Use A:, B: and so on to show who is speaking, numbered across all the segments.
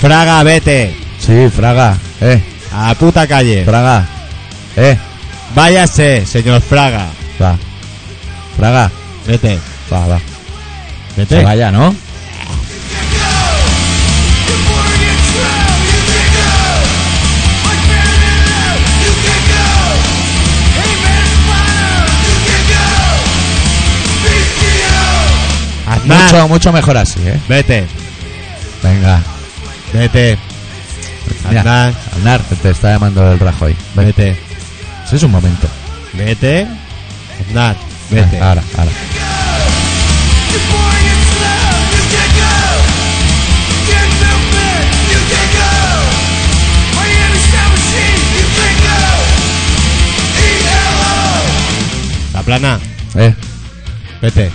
A: Fraga, vete.
B: Sí, Fraga, eh,
A: A puta calle.
B: Fraga, eh,
A: Váyase, señor Fraga.
B: va. Fraga,
A: Vete.
B: va, va. Se
A: Vete.
B: vaya, ¿no?
A: Aznar,
B: Mucho, mucho mejor así, eh.
A: Vete.
B: Venga,
A: Vete.
B: mira,
A: Aznar,
B: Aznar, que te está llamando el Rajoy. Ven,
A: vete.
B: si es un momento.
A: Vete. Aznar, vete.
B: Ahora, ahora.
A: La plana,
B: Eh,
A: vete.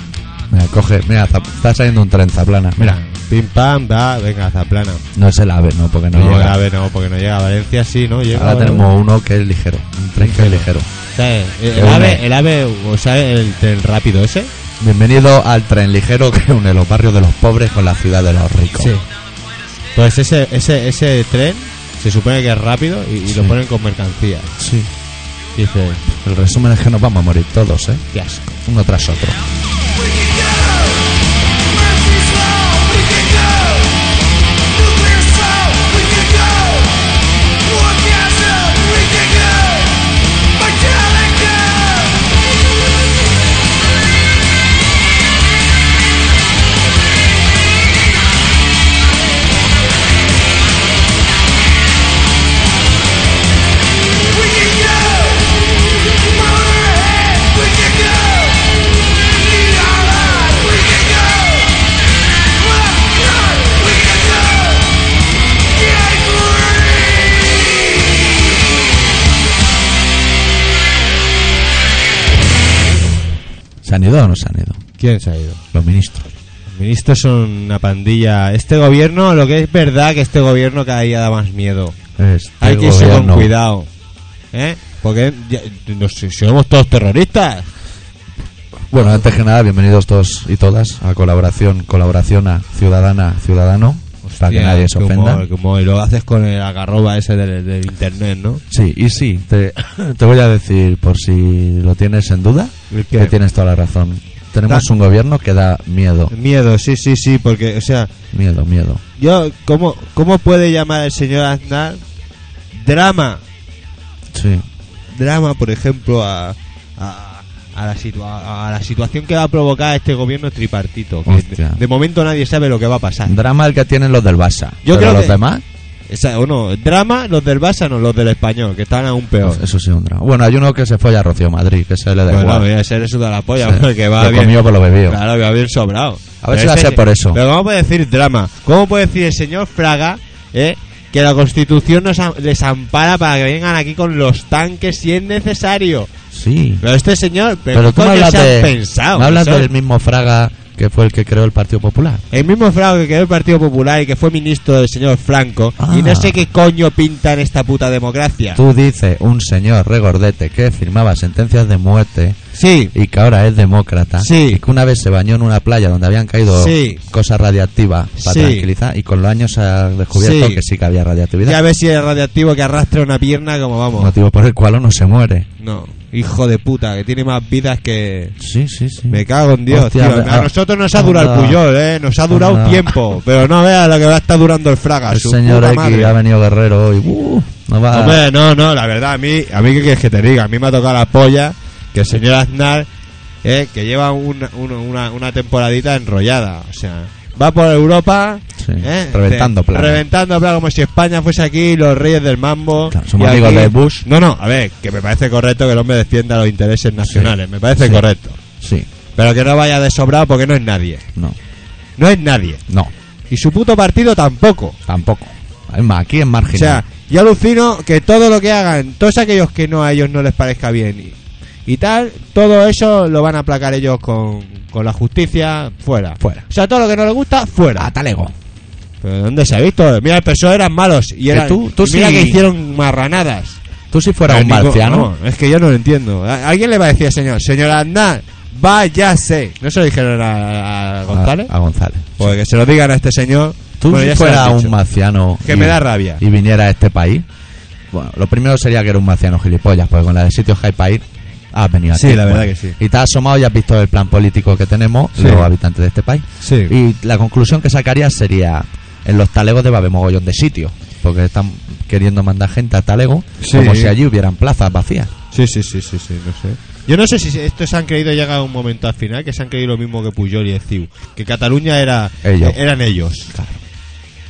B: mira, coge, mira, zap- está saliendo un tren, Zaplana.
A: Mira, pim pam, da, venga, Zaplana.
B: No es el AVE, no, porque no,
A: No,
B: llega.
A: grave no, porque no llega a Valencia, sí, ¿no? Llega,
B: Ahora
A: ¿verdad?
B: tenemos uno que es ligero, un tren que es ligero.
A: O sea, el, el
B: Qué bueno.
A: ave, el ave, o sea, el, del rápido ese.
B: Bienvenido al tren ligero que une los barrios de los pobres con la ciudad de los ricos.
A: Pues ese, ese, ese tren se supone que es rápido y, y lo
B: Sí.
A: ponen con mercancías.
B: sí.
A: Dice,
B: El resumen es que nos vamos a morir todos, ¿eh?
A: qué asco.
B: Uno tras otro. ¿Se han ido o no se han ido?
A: ¿Quién se ha ido?
B: Los ministros.
A: Los ministros son una pandilla. Este gobierno, lo que es verdad que este gobierno cada día da más miedo.
B: Este
A: Hay que irse con
B: gobierno-
A: cuidado. ¿Eh? Porque ya- no sé, somos todos terroristas.
B: Bueno, antes que nada, bienvenidos todos y todas a colaboración, colaboración a ciudadana, ciudadano, para que
A: Hostia,
B: nadie se
A: qué humor,
B: ofenda.
A: qué humor. Y lo haces con el agarroba ese del, del internet, ¿no?
B: Sí, y sí, te, te voy a decir, por si lo tienes en duda,
A: ¿El qué?
B: que tienes toda la razón. Tenemos
A: Da-
B: un gobierno que da miedo,
A: Miedo, sí, sí, sí, porque, o sea,
B: miedo, miedo.
A: yo, ¿cómo, cómo puede llamar el señor Aznar drama?
B: Sí,
A: Drama, por ejemplo, a, a, a la, situa- a la situación que va a provocar este gobierno tripartito. que de,
B: Hostia.
A: de momento nadie sabe lo que va a pasar.
B: drama el que tienen los del Barça.
A: Yo
B: pero
A: creo
B: los
A: que-
B: demás,
A: Esa, bueno, drama los del Barça, no los del español, que están aún peor.
B: pues eso sí, un drama. Bueno, hay uno que se folla a Rocío Madrid, que se le da
A: Bueno,
B: igual.
A: voy a ser eso de la polla,
B: Sí,
A: porque va
B: lo
A: bien.
B: comido por lo bebido.
A: Claro, que va bien sobrado.
B: A ver
A: Pero
B: si va a
A: ese-
B: ser por eso.
A: Pero ¿cómo puede decir drama? ¿Cómo puede decir el señor Fraga eh, que la Constitución nos am- les ampara para que vengan aquí con los tanques si es necesario?
B: Sí.
A: Pero este señor, ¿pero,
B: Pero
A: qué
B: tú me
A: coño
B: hablas,
A: se han
B: de,
A: pensado?
B: me hablas
A: Eso-
B: del mismo Fraga que fue el que creó el Partido Popular.
A: El mismo Fraga que creó el Partido Popular y que fue ministro del señor Franco.
B: Ah.
A: Y no sé qué coño pinta en esta puta democracia.
B: Tú dices un señor regordete que firmaba sentencias de muerte
A: Sí,
B: y que ahora es demócrata
A: Sí.
B: y que una vez se bañó en una playa donde habían caído
A: Sí.
B: cosas radiactivas para
A: Sí.
B: tranquilizar y con los años se ha descubierto
A: Sí.
B: que sí que había
A: ya
B: radiactividad.
A: ves si es radioactivo que arrastra una pierna como vamos.
B: Motivo por el cual uno se muere.
A: No, hijo de puta, que tiene más vidas que...
B: Sí, sí, sí.
A: Me cago en Dios,
B: Hostia,
A: tío.
B: me-
A: A nosotros nos ha durado el
B: Anda.
A: Puyol, eh. Nos ha durado
B: Anda.
A: tiempo. Pero no veas lo que va a estar durando el Fraga.
B: El
A: su
B: señor
A: puta
B: X
A: madre.
B: ha venido guerrero hoy. Uh, no va.
A: Hombre, no, no, la verdad, a mí, a mí, ¿qué quieres que te diga? A mí me ha tocado la polla que el señor Aznar, eh, que lleva una, una, una- una temporadita enrollada. O sea, va por Europa,
B: Sí,
A: eh,
B: reventando
A: de-
B: planes.
A: Reventando planes, como si España fuese aquí los reyes del mambo.
B: Claro, somos
A: y
B: amigos
A: aquí-
B: de Bush.
A: No, no, a ver, que me parece correcto que el hombre defienda los intereses nacionales. Me parece
B: Sí.
A: correcto.
B: Sí,
A: Pero que no vaya de sobrado porque no es nadie.
B: no,
A: No es nadie.
B: no,
A: Y su puto partido tampoco.
B: tampoco. Es más, aquí es margen.
A: O sea, yo alucino que todo lo que hagan, todos aquellos que no a ellos no les parezca bien y, y tal, todo eso lo van a aplacar ellos con, con la justicia fuera.
B: Fuera. Ah,
A: O sea, todo lo que no les gusta, fuera.
B: talego.
A: ¿Pero dónde se ha visto? Mira, el PSOE eran malos y eran,
B: tú- tú
A: y mira
B: sí.
A: que hicieron marranadas.
B: Tú si fueras un
A: Pero Eh, ningún-
B: marciano.
A: no, es que yo no lo entiendo. ¿A- ¿Alguien le va a decir al señor, señor Aznar, váyase? ¿No se lo dijeron a, a González?
B: A, a González.
A: Pues que se lo digan a este señor
B: tú
A: Bueno, ya se lo has
B: fueras
A: dicho.
B: un marciano
A: Que me da rabia.
B: y viniera a este país, bueno, lo primero sería que era un marciano gilipollas, porque con la de sitios que hay para ir, has venido
A: Sí,
B: aquí.
A: la verdad
B: Bueno,
A: que sí.
B: Y te has asomado y has visto el plan político que tenemos
A: Sí.
B: los habitantes de este país.
A: Sí.
B: Y la conclusión que sacaría sería: en los talegos debe haber mogollón de sitios, porque están queriendo mandar gente a talegos,
A: Sí.
B: como si allí hubieran plazas vacías.
A: Sí, sí, sí, sí, sí, no sé. Yo no sé si estos se han creído llegar a un momento al final que se han creído lo mismo que Puyol y el CIU. Que Cataluña era,
B: Ellos.
A: eh, eran ellos.
B: Claro.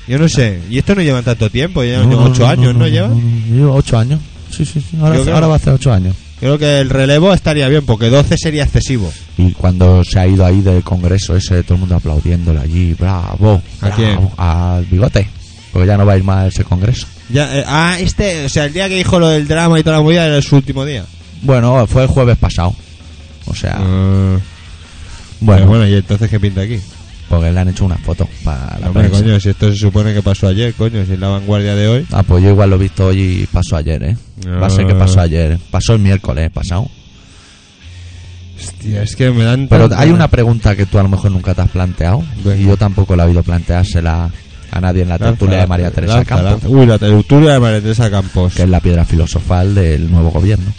A: Yo no sé. Y esto no llevan tanto tiempo, ya llevan
B: No, no,
A: ocho años, ¿no, lleva?
B: Lleva ocho años. Sí, sí, sí. Ahora,
A: Yo creo-
B: ahora va a hacer ocho años.
A: Creo que el relevo estaría bien, porque 12 sería excesivo.
B: Y cuando se ha ido ahí del congreso ese, todo el mundo aplaudiéndole allí, bravo,
A: ¿A
B: bravo,
A: quién?
B: al bigote, porque ya no va a ir más a ese congreso.
A: Ya, eh, ah, este, o sea, el día que dijo lo del drama y toda la movida era su último día.
B: Bueno, fue el jueves pasado. O sea,
A: Ah,
B: bueno,
A: pero bueno, ¿y entonces qué pinta aquí?
B: porque le han hecho una foto para la
A: Hombre,
B: prensa.
A: coño, si esto se supone que pasó ayer, coño, si es la vanguardia de hoy.
B: Ah, pues yo igual lo he visto hoy y pasó ayer, ¿eh? Va a ser que
A: Ah.
B: pasó ayer, pasó el miércoles ¿eh? pasado.
A: Hostia, es que me dan.
B: Pero
A: tanta-
B: hay una pregunta que tú a lo mejor nunca te has planteado,
A: Venga.
B: y yo tampoco la he oído planteársela a nadie en la
A: Lanza,
B: tertulia de María
A: lanza,
B: Teresa
A: lanza,
B: Campos.
A: lanza. Uy, la tertulia de María Teresa Campos.
B: que es la piedra filosofal del nuevo gobierno.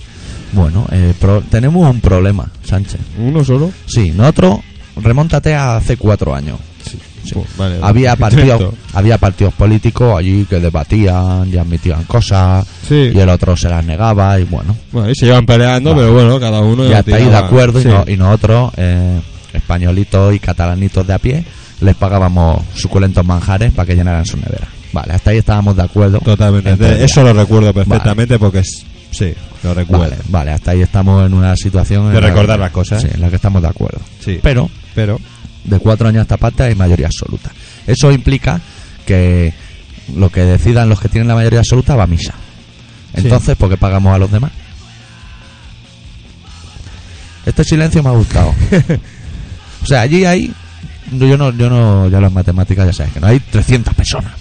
B: Bueno, eh, pro- tenemos un problema, Sánchez.
A: ¿Uno solo?
B: Sí, nosotros, remóntate a hace cuatro años. Sí.
A: Pues, vale,
B: había,
A: perfecto.
B: partidos, había partidos políticos allí que debatían y admitían cosas
A: Sí.
B: y el otro se las negaba y bueno,
A: Bueno, y se iban peleando,
B: Vale.
A: pero bueno, cada uno.
B: y
A: ya
B: hasta ahí de
A: tiraba.
B: acuerdo
A: Sí.
B: y, no- y nosotros, eh, españolitos y catalanitos de a pie, les pagábamos suculentos manjares para que llenaran su nevera. Vale, hasta ahí estábamos de acuerdo.
A: Totalmente.
B: Entonces,
A: Eso lo recuerdo perfectamente porque es. Sí, lo recuerdo.
B: Vale, vale, hasta ahí estamos en una situación...
A: De
B: en la-
A: recordar las cosas. ¿eh?
B: Sí, en la que estamos de acuerdo.
A: Sí.
B: Pero
A: Pero.
B: de cuatro años a esta parte hay mayoría absoluta. Eso implica que lo que decidan los que tienen la mayoría absoluta va a misa. Entonces, ¿por qué pagamos a los demás? Este silencio me ha gustado. o sea, allí hay... no, Yo no, yo no, ya las matemáticas ya sabes que no hay 300 personas.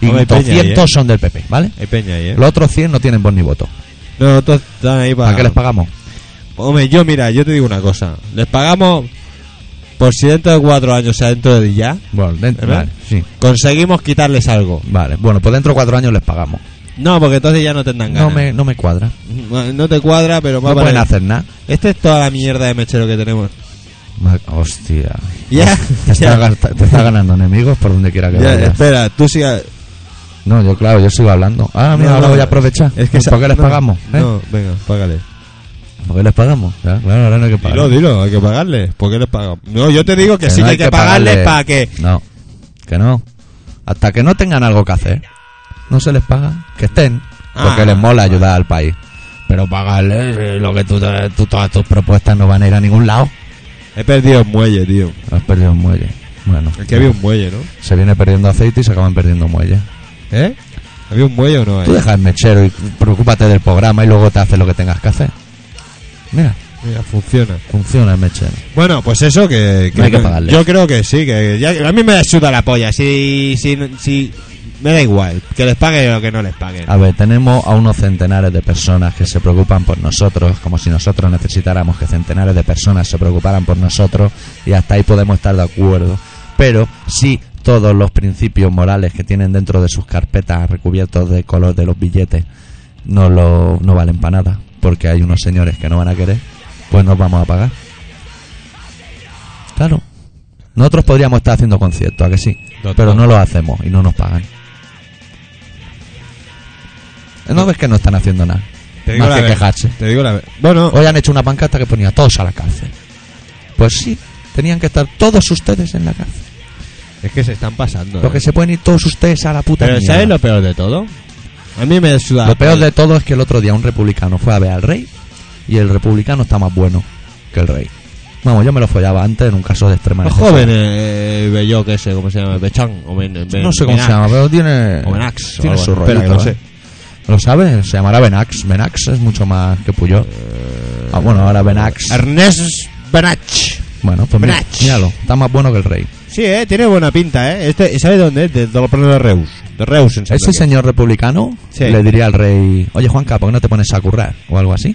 B: Y
A: Hombre, peña ahí,
B: 200
A: ¿eh?
B: son del PP, ¿vale?
A: Hay peña ahí, ¿eh?
B: Los otros 100 no tienen voz ni voto.
A: No, todos están ahí para.
B: ¿Para qué les pagamos?
A: Hombre, yo, mira, yo te digo una cosa. Les pagamos. Por si dentro de cuatro años, o sea, dentro de ya,
B: Bueno, dentro,
A: ¿Verdad?
B: vale, sí.
A: conseguimos quitarles algo.
B: Vale, bueno, pues dentro de cuatro años les pagamos.
A: No, porque entonces ya no tendrán
B: No
A: ganas.
B: me, no me cuadra.
A: No, no te cuadra, pero
B: No
A: más
B: pueden
A: vale.
B: hacer nada.
A: Esta Este es toda la mierda de mechero que tenemos.
B: Ma- Hostia.
A: Ya,
B: Te está,
A: ya,
B: gasta- te está ganando enemigos por donde quiera que
A: ya,
B: vayas.
A: espera, tú sigas.
B: No, yo claro, yo sigo hablando. Ah, mira,
A: No,
B: ahora
A: no,
B: voy a aprovechar.
A: Es que
B: ¿Y
A: esa-
B: ¿Por qué les
A: no,
B: pagamos? eh?
A: No, venga, págale.
B: ¿Por qué les pagamos? Ya, claro, ahora no hay que pagar.
A: Dilo, dilo, hay que pagarle. ¿Por qué les pagamos? No, yo te digo que,
B: Que
A: sí
B: no
A: que hay que, pagarle para que.
B: No, que no. Hasta que no tengan algo que hacer, no se les paga. Que estén, porque
A: Ah,
B: les mola ayudar al país. Pero pagarle eh, lo que tú, tú- todas tus propuestas no van a ir a ningún lado.
A: He perdido un muelle, tío.
B: Has perdido un muelle. Bueno,
A: Aquí había un muelle, ¿no?
B: se viene perdiendo aceite y se acaban perdiendo muelles.
A: ¿Eh? ¿Había un muelle o no?
B: Tú
A: Ahí?
B: dejas el mechero y preocúpate del programa y luego te haces lo que tengas que hacer. Mira,
A: Mira, funciona.
B: funciona el mechero.
A: Bueno, pues eso que.
B: No hay que pagarle.
A: Yo creo que sí, que ya- a mí me suda la polla. Si, si, si. Me da igual, que les paguen o que no les paguen.
B: A ver, tenemos a unos centenares de personas que se preocupan por nosotros, como si nosotros necesitáramos que centenares de personas se preocuparan por nosotros, y hasta ahí podemos estar de acuerdo. Pero si todos los principios morales que tienen dentro de sus carpetas recubiertos de color de los billetes no, lo, no valen para nada, porque hay unos señores que no van a querer, pues nos vamos a pagar. Claro. Nosotros podríamos estar haciendo conciertos, ¿a que sí?
A: Total.
B: Pero no lo hacemos y no nos pagan. No ves que no están haciendo nada.
A: Te digo
B: Más
A: la
B: que
A: ver-
B: quejarse.
A: Te digo la ver- Bueno,
B: Hoy han hecho una pancarta que ponía todos a la cárcel. Pues sí, tenían que estar todos ustedes en la cárcel.
A: es que se están pasando.
B: Porque
A: ¿eh?
B: se pueden ir todos ustedes a la puta
A: Pero
B: mierda.
A: ¿sabes lo peor de todo? A mí me suda.
B: Lo peor de todo es que el otro día un republicano fue a ver al rey y el republicano está más bueno que el rey. Vamos, yo me lo follaba antes en un caso de extrema
A: Los
B: necesidad.
A: jóvenes, eh, Bello, que sé, ¿cómo se llama? Bechán. O Ben- Ben-
B: No sé cómo se
A: Benac.
B: llama, pero tiene,
A: O Benax, o
B: tiene
A: algo
B: su
A: así. Espera,
B: rollito.
A: que lo
B: ¿eh?
A: sé.
B: ¿Lo sabes? Se llamará Benax. Benax es mucho más que Puyol.
A: Eh,
B: Ah, bueno, ahora Benax.
A: Ernest Benach.
B: Bueno, pues mira,
A: Benach.
B: míralo. Está más bueno que el rey.
A: Sí, eh, tiene buena pinta, eh. Este, ¿Sabes dónde es? De, de los planos de Reus. De Reus, en
B: Ese
A: Santander.
B: señor republicano
A: Sí.
B: le diría al rey, oye Juanca, ¿por qué no te pones a currar? O algo así.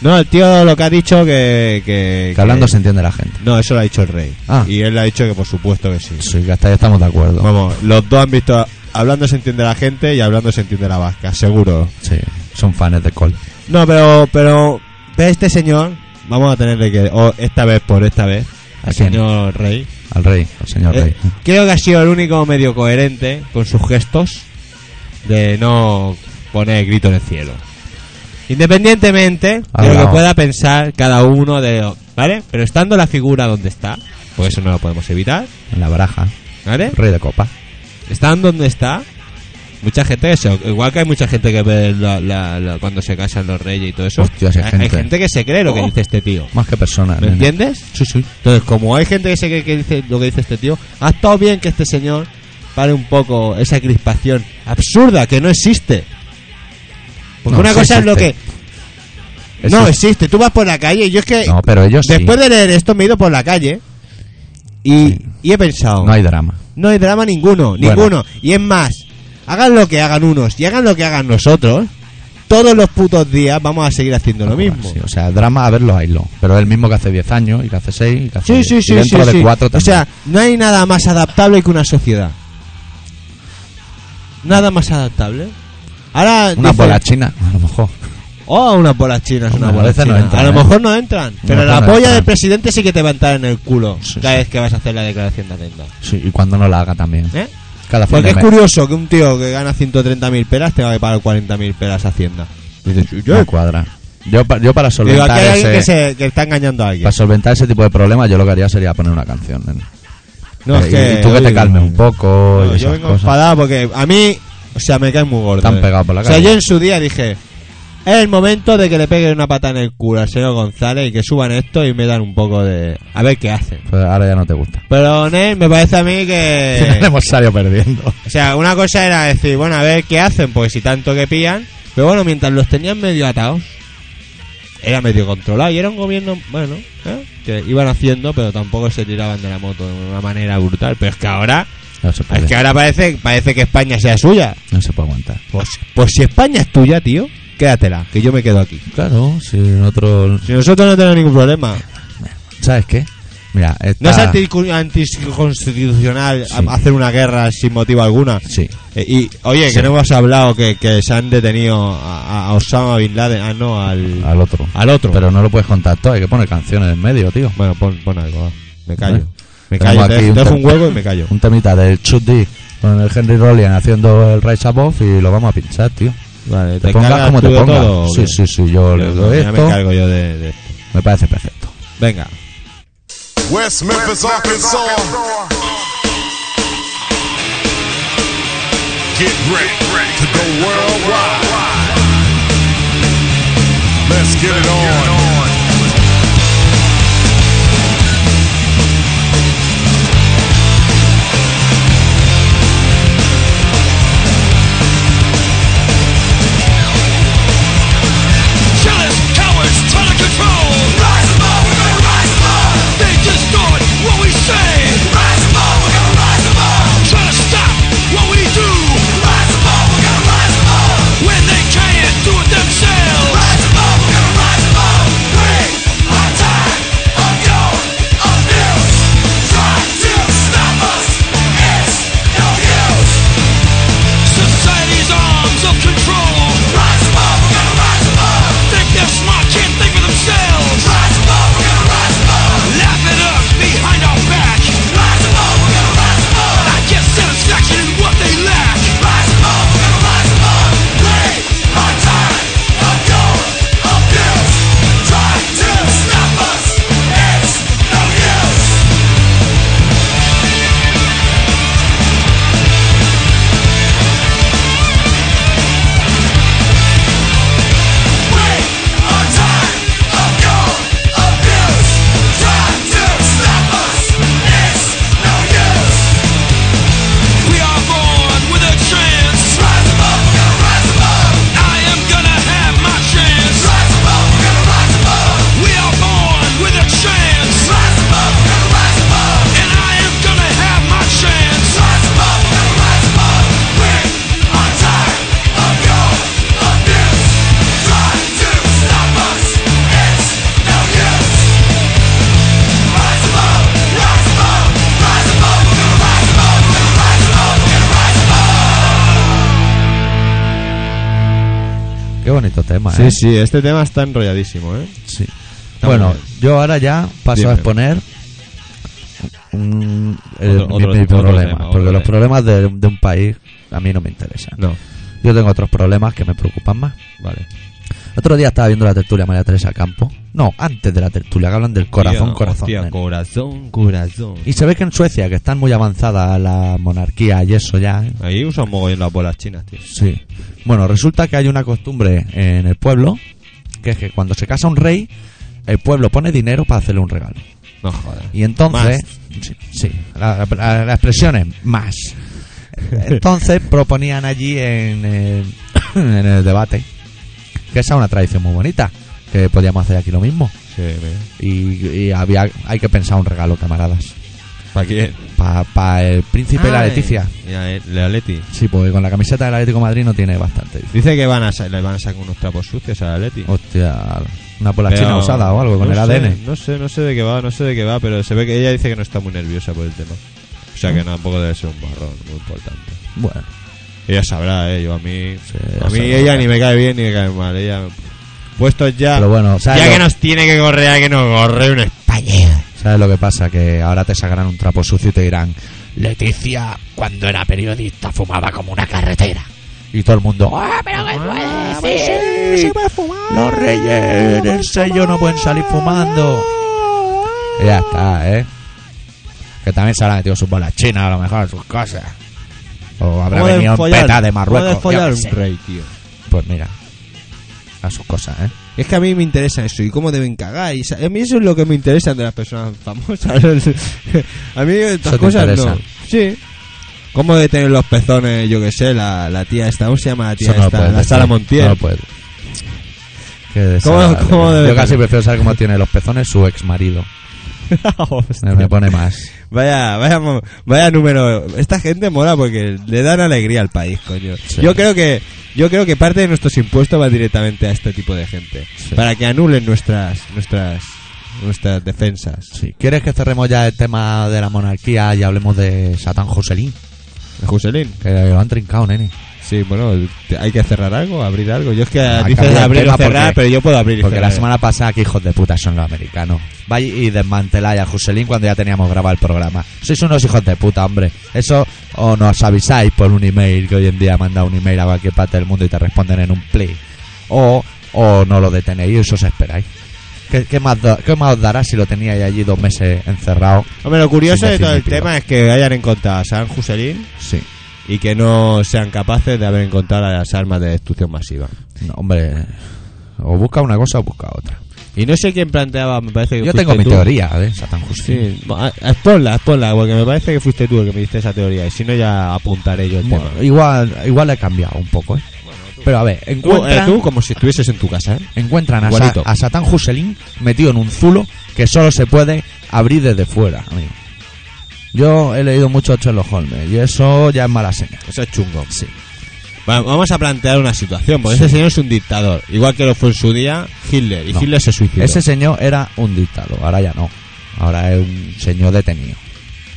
A: No, el tío lo que ha dicho que. Que,
B: Que hablando se entiende la gente.
A: No, eso lo ha dicho el rey.
B: Ah.
A: Y él le ha dicho que por supuesto que sí.
B: Sí, que hasta ahí estamos de acuerdo.
A: Vamos, los dos han visto. Hablando se entiende la gente y hablando se entiende la vasca, seguro.
B: Sí, son fans de Cole.
A: No, pero. Pero. De este señor. Vamos a tenerle que. o esta vez por esta vez.
B: ¿A
A: al
B: quién?
A: Señor rey.
B: Al rey, al señor
A: Eh,
B: rey.
A: creo que ha sido el único medio coherente con sus gestos de no poner grito en el cielo. Independientemente de lo que
B: Hablamos.
A: pueda pensar cada uno de... ¿Vale? Pero estando la figura donde está, pues eso no lo podemos evitar,
B: En la baraja.
A: ¿vale?
B: Rey de copa.
A: Estando donde está, mucha gente, eso, igual que hay mucha gente que ve la- la- la- cuando se casan los reyes y todo eso,
B: Hostia, si hay
A: hay, hay
B: gente.
A: gente que se cree lo que
B: Oh.
A: dice este tío.
B: Más que persona.
A: ¿Me
B: nena.
A: entiendes?
B: Sí, sí.
A: Entonces, como hay gente que se cree que dice lo que dice este tío, ha estado bien que este señor pare un poco esa crispación absurda que no existe. Porque
B: No,
A: una
B: sí
A: cosa es lo que.
B: existe. Eso
A: No
B: es-
A: existe. Tú vas por la calle y yo es que.
B: No, pero ellos sí.
A: después de leer esto me he ido por la calle y,
B: Sí.
A: y he pensado.
B: No hay drama.
A: no hay drama ninguno,
B: Bueno.
A: ninguno. Y es más, hagan lo que hagan unos y hagan lo que hagan nosotros, todos los putos días vamos a seguir haciendo lo mismo.
B: Ah, Sí, o sea, drama a verlo hay lo. Pero es el mismo que hace 10 años y que hace 6 y que hace
A: Sí, sí,
B: y
A: sí,
B: dentro
A: sí,
B: de
A: sí.
B: 4
A: O sea, no hay nada más adaptable que una sociedad. Nada más adaptable. Ahora
B: una
A: dicen,
B: bola china, a lo mejor.
A: Oh, unas bolas chinas,
B: Hombre,
A: una
B: a
A: bola
B: veces no
A: china.
B: entran,
A: a lo
B: ¿eh?
A: mejor no entran, pero la
B: no
A: polla
B: entran.
A: del presidente sí que te va a entrar en el culo
B: Sí,
A: cada
B: sí.
A: vez que vas a hacer la declaración de renta.
B: Sí, y cuando no la haga también.
A: ¿Eh?
B: Cada fin
A: Porque
B: de
A: es
B: mes.
A: curioso que un tío que gana 130.000 pelas tenga que pagar 40.000 pelas a Hacienda. Dices, yo,
B: No cuadra. Yo, pa- yo para
A: digo, aquí
B: solventar
A: hay alguien
B: ese
A: que, se, que está engañando a alguien.
B: para solventar ese tipo de problemas, yo lo que haría sería poner una canción. nena.
A: No,
B: Eh,
A: es que,
B: y tú que te
A: uy,
B: calmes un
A: No,
B: poco. y
A: yo
B: esas
A: vengo
B: cosas.
A: enfadado porque a mí, o sea, me cae muy gordo.
B: Te han
A: eh.
B: pegado por la
A: O sea,
B: calle.
A: yo en su día dije, es el momento de que le peguen una pata en el culo al señor González y que suban esto y me dan un poco de... A ver qué hacen.
B: Pues ahora ya no te gusta.
A: Pero, Nel, me parece a mí
B: Al final
A: que...
B: hemos salido perdiendo.
A: o sea, una cosa era decir, bueno, a ver qué hacen, porque si tanto que pillan... Pero bueno, mientras los tenían medio atados, era medio controlado y era un gobierno, bueno, ¿eh? que iban haciendo, pero tampoco se tiraban de la moto de una manera brutal. Pero es que ahora...
B: No se
A: Es
B: puede,
A: que ahora parece, parece que España sea suya.
B: no se puede aguantar.
A: Pues, pues si España es tuya, tío, quédatela, que yo me quedo aquí.
B: Claro, si nosotros.
A: Si nosotros no tenemos ningún problema.
B: ¿Sabes qué? Mira, esta...
A: No es anticu- anticonstitucional
B: Ah. Sí.
A: a- hacer una guerra sin motivo alguna.
B: Sí,
A: Eh, y oye,
B: Sí.
A: que no hemos hablado que, que se han detenido a, a Osama Bin Laden, ah, no, al,
B: al otro.
A: al otro.
B: Pero no lo puedes contar todo, hay que poner canciones en medio, tío.
A: bueno, pon, pon algo, va. me callo.
B: ¿Eh?
A: Me
B: Tenemos
A: callo, te,
B: aquí
A: te
B: un
A: dejo
B: ter-
A: un huevo y me callo.
B: Un temita del Chut D con el Henry Rollins haciendo el Rise Above y lo vamos a pinchar, tío.
A: Vale,
B: Te, pongas
A: cargas
B: como
A: tú
B: te
A: de
B: pongas.
A: todo, o
B: sí,
A: qué?
B: sí, sí, yo le
A: Yo-
B: doy
A: ya me
B: esto.
A: cargo yo de, de esto.
B: Me parece perfecto.
A: Venga.
C: West Memphis, Arkansas. Get ready to go worldwide. Let's get it on.
D: Jealous cowards trying to control. Rise above, we're gonna rise above. They distort what we say. Rise above, we're gonna rise above. Try to stop what we do. Rise above, we're gonna rise above. When they can't do it themselves. Rise above, we're gonna rise above.
B: Qué bonito tema,
A: Sí,
B: ¿eh?
A: sí, este tema está enrolladísimo, ¿eh?
B: Sí.
A: Está
B: bueno,
A: muy bien.
B: yo ahora ya paso
A: Dime.
B: a exponer un, eh,
A: Otro-
B: mi-
A: otro-
B: mi
A: otro
B: problema,
A: tema, otro
B: porque los
A: tema.
B: problemas de, de un país a mí no me interesan.
A: No,
B: Yo tengo otros problemas que me preocupan más.
A: vale.
B: Otro día estaba viendo la tertulia María Teresa Campo. No, antes de la tertulia, que hablan del corazón,
A: Hostia,
B: corazón.
A: hostia,
B: nena.
A: corazón, corazón.
B: y se ve que en Suecia, que están muy avanzada la monarquía y eso ya, ¿eh?
A: Ahí usan mogollón las bolas chinas, tío.
B: Sí. Bueno, resulta que hay una costumbre en el pueblo, que es que cuando se casa un rey, el pueblo pone dinero para hacerle un regalo.
A: No jodas.
B: Y entonces, sí, sí, la, la- la expresión es más. Entonces proponían allí en el, en el debate que esa es una tradición muy bonita, que podíamos hacer aquí lo mismo.
A: Sí, mira.
B: Y, y había, hay que pensar un regalo, camaradas.
A: ¿Para quién?
B: Para el príncipe y la
A: Ay,
B: Leticia.
A: mira, eh, la Leti.
B: Sí, porque con la camiseta del Atlético de Madrid no tiene bastante. dice.
A: Dice que van a, sa- le van a sacar unos trapos sucios a la Leti.
B: Hostia, una pola
A: Pero-
B: china usada o algo con
A: no
B: el
A: sé,
B: ADN.
A: No sé, no sé de qué va, no sé de qué va, pero se ve que ella dice que no está muy nerviosa por el tema. O sea que tampoco debe ser un marrón muy importante.
B: Bueno,
A: Ella sabrá, eh, yo a mí.
B: ella
A: a mí
B: sabrá.
A: ella ni me cae bien ni me cae mal. Ella. Puestos ya.
B: pero bueno, ¿sabes,
A: ya
B: lo,
A: que nos tiene que correr, que nos corre un español.
B: sabes lo que pasa? Que ahora te sacarán un trapo sucio y te dirán,
E: Leticia, cuando era periodista, fumaba como una carretera.
B: y todo el mundo, ¡ah,
E: Pero ¿qué puede
B: pues
E: decir?
B: sí, los reyes del sello no pueden salir fumando! Y ya está, ¿eh? Que también se habrá metido sus bolas chinas, a lo mejor, sus cosas. O habrá
A: Pueden
B: venido en
A: follar,
B: peta de
A: pueden
B: Marruecos. yo
A: follar
B: qué
A: un
B: sé.
A: rey, tío.
B: Pues mira, a sus cosas, ¿eh?
A: Es que a mí me interesa eso y cómo deben cagar. Y sa- a mí eso es lo que me interesa de las personas famosas. a mí
B: Eso
A: estas
B: te
A: cosas
B: interesa.
A: no. Sí. ¿Cómo de tener los pezones, yo que sé, la, la tía esta? ¿Cómo se llama la tía
B: Eso no lo
A: esta?
B: puedes
A: la
B: decir,
A: Sara Montiel.
B: No lo puedes. Qué desagradable.
A: cómo debe
B: Yo casi
A: tener?
B: prefiero saber cómo tiene los pezones su ex marido.
A: Hostia.
B: Me, me pone más.
A: Vaya, vaya, mo- vaya número. Esta gente mola porque le dan alegría al país, coño.
B: Sí.
A: Yo creo que yo creo que parte de nuestros impuestos va directamente a este tipo de gente
B: Sí.
A: para que anulen nuestras nuestras nuestras defensas.
B: Sí. ¿Quieres que cerremos ya el tema de la monarquía y hablemos de Satán Joselín?
A: Joselín.
B: Que lo han trincado, nene.
A: Sí, bueno, te- hay que cerrar algo, abrir algo. Yo es que
B: Ah,
A: dices
B: cambia el
A: abrir o
B: tema
A: cerrar,
B: porque-
A: pero yo puedo abrir y
B: Porque la
A: cerrar.
B: semana pasada, que hijos de puta son los americanos. Vais y desmanteláis a Joselín cuando ya teníamos grabado el programa. Sois unos hijos de puta, hombre. Eso o nos avisáis por un email, que hoy en día manda un email a cualquier parte del mundo y te responden en un play. O, o no lo detenéis y eso os esperáis. ¿Qué, qué más da- qué más os dará si lo teníais allí dos meses encerrado?
A: Hombre, lo curioso
B: Sin
A: de todo el
B: decirme
A: tema es que hayan encontrado a San Joselín
B: Sí.
A: y que no sean capaces de haber encontrado las armas de destrucción masiva.
B: No, hombre. O busca una cosa o busca otra.
A: Y no sé quién planteaba, me parece que
B: Yo
A: fuiste
B: tengo mi
A: tú.
B: teoría de Satan Hussein.
A: Sí, a- exponla, exponla, porque me parece que fuiste tú el que me diste esa teoría y si no ya apuntaré yo el
B: Bueno,
A: tema.
B: igual, igual he cambiado un poco, ¿eh? Pero a ver,
A: Tú, eh,
B: encuentra...
A: tú como si estuvieses en tu casa, ¿eh?
B: encuentran a,
A: Igualito.
B: Sa- a Satán Husselin metido en un zulo que solo se puede abrir desde fuera, amigo. Yo he leído mucho Sherlock Holmes y eso ya es mala señal.
A: Eso Pues es chungo.
B: Sí.
A: Va- Vamos a plantear una situación, porque ese señor es un dictador, igual que lo fue en su día Hitler, y
B: No.
A: Hitler se suicidó.
B: Ese señor era un dictador, ahora ya no. Ahora es un señor detenido.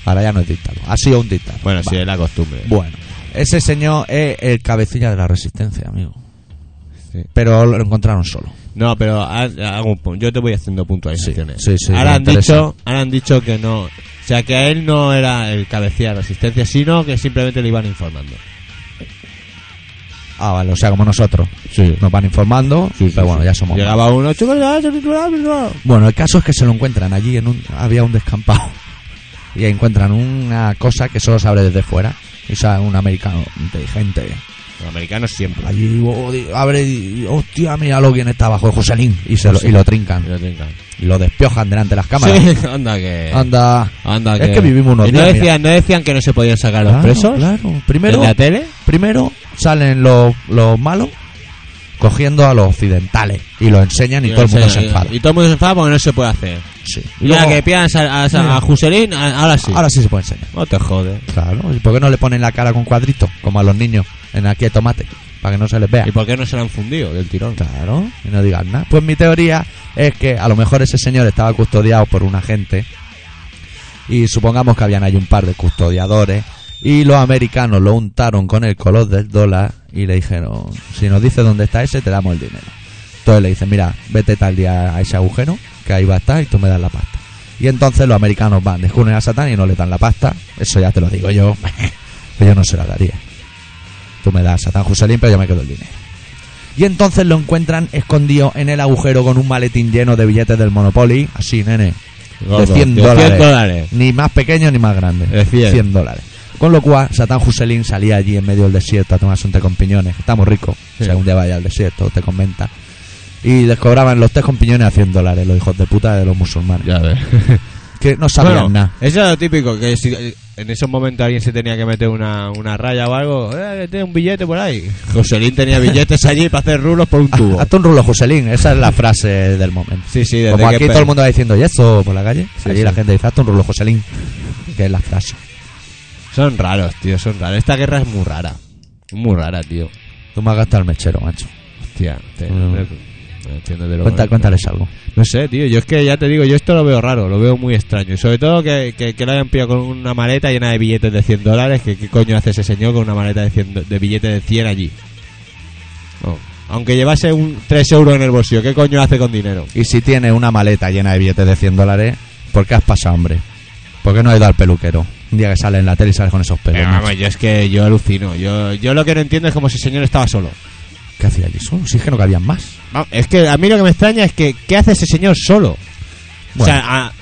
B: Ahora ya no es dictador. Ha sido un dictador.
A: Bueno,
B: Va.
A: sí, es la costumbre.
B: Bueno, ese señor es el cabecilla de la resistencia, amigo.
A: Sí.
B: Pero lo encontraron solo.
A: No, pero ha- hago un pun- yo te voy haciendo puntualizaciones.
B: Sí, sí, sí,
A: ahora,
B: me
A: han
B: interesa.
A: dicho, ahora han dicho que no. O sea, que a él no era el cabecilla de resistencia, sino que simplemente le iban informando.
B: Ah, vale, o sea, como nosotros.
A: Sí.
B: Nos van informando, pero bueno, ya somos.
A: Llegaba uno, chicos, ya, ya, ya, ya".
B: Bueno, el caso es que se lo encuentran allí en un había un descampado y encuentran una cosa que solo se abre desde fuera. O sea, un americano inteligente.
A: Los americanos siempre.
B: Allí oh, di- abre y hostia, míralo quién está abajo, Joselín. Y, se lo, y lo
A: Y
B: trincan.
A: lo tengan.
B: Y lo despiojan delante de las cámaras.
A: Sí, anda que.
B: Anda.
A: anda
B: Es que vivimos unos
A: Y no
B: días,
A: decían, no decían que no se podían sacar los
B: Claro,
A: presos
B: claro.
A: en
B: Primero,
A: la tele.
B: primero salen los, los malos cogiendo a los occidentales y lo enseñan y, todo el mundo se enfada.
A: Y todo el mundo se enfada porque no se puede hacer.
B: Sí.
A: Y la
B: Luego-
A: que pillan a, a, a,
B: Mira.
A: a Juscelín, a- ahora sí.
B: Ahora sí se puede enseñar.
A: No te jodes.
B: Claro, ¿y por qué no le ponen la cara con cuadrito, como a los niños en aquí de tomate, para que no se les vea?
A: ¿Y por qué no se lo han fundido del tirón?
B: Claro, y no digan nada. Pues mi teoría es que a lo mejor ese señor estaba custodiado por un agente y supongamos que habían ahí un par de custodiadores Y los americanos lo untaron con el color del dólar y le dijeron, si nos dices dónde está ese, te damos el dinero. Entonces le dicen, mira, vete tal día a ese agujero, que ahí va a estar y tú me das la pasta. Y entonces los americanos van, descubren a Satán y no le dan la pasta. Eso ya te lo digo yo, que yo no se la daría. Tú me das a Satán Joselín, pero yo me quedo el dinero. Y entonces lo encuentran escondido en el agujero con un maletín lleno de billetes del Monopoly. Así, nene.
A: Gordo,
B: de 100
A: de 100
B: dólares.
A: dólares.
B: Ni más pequeño ni más grande.
A: De 100.
B: dólares. Con lo cual, Satán Husselin salía allí en medio del desierto a tomarse un té con piñones. Está muy rico.
A: Sí.
B: Si algún día vaya al desierto, te comenta. Y les cobraban los té con piñones a 100 dólares, los hijos de puta de los musulmanes.
A: Ya ves.
B: Que no sabían
A: Bueno,
B: nada.
A: Eso es lo típico, que si eh, en esos momentos alguien se tenía que meter una, una raya o algo, eh, que tiene un billete por ahí. Joselín tenía billetes allí para hacer rulos por un tubo.
B: Hasta un rulo Joselín, esa es la frase del momento.
A: Sí, sí, desde
B: Como
A: que
B: aquí
A: pe-
B: todo el mundo va diciendo y eso por la calle,
A: Sí,
B: allí
A: sí.
B: la gente dice hasta un rulo Joselín, que es la frase.
A: Son raros, tío, son raros. Esta guerra es muy rara. Muy rara, tío.
B: Tú me has gastado el mechero, macho.
A: Hostia, te-
B: Mm.
A: no entiendo de lo
B: Cuenta-
A: que-
B: cuéntales algo.
A: No sé, tío, yo es que ya te digo, yo esto lo veo raro, lo veo muy extraño. Y sobre todo que, que, que lo hayan pillado con una maleta llena de billetes de 100 dólares, que qué coño hace ese señor con una maleta de, 100 do- de billetes de 100 allí. No. Aunque llevase un 3 euros en el bolsillo, ¿qué coño hace con dinero?
B: Y si tienes una maleta llena de billetes de 100 dólares, ¿por qué has pasado hambre? ¿Por qué no has ido al peluquero? Un día que sales en la tele y sales con esos pelos.
A: Pero
B: macho.
A: vamos, yo es que yo alucino. Yo, yo lo que no entiendo es como si el señor estaba solo.
B: ¿Qué hacía allí solo? Si es que no cabían más.
A: Vamos, Ah, Es que a mí lo que me extraña es que, ¿qué hace ese señor solo? O
B: Bueno.
A: sea, a-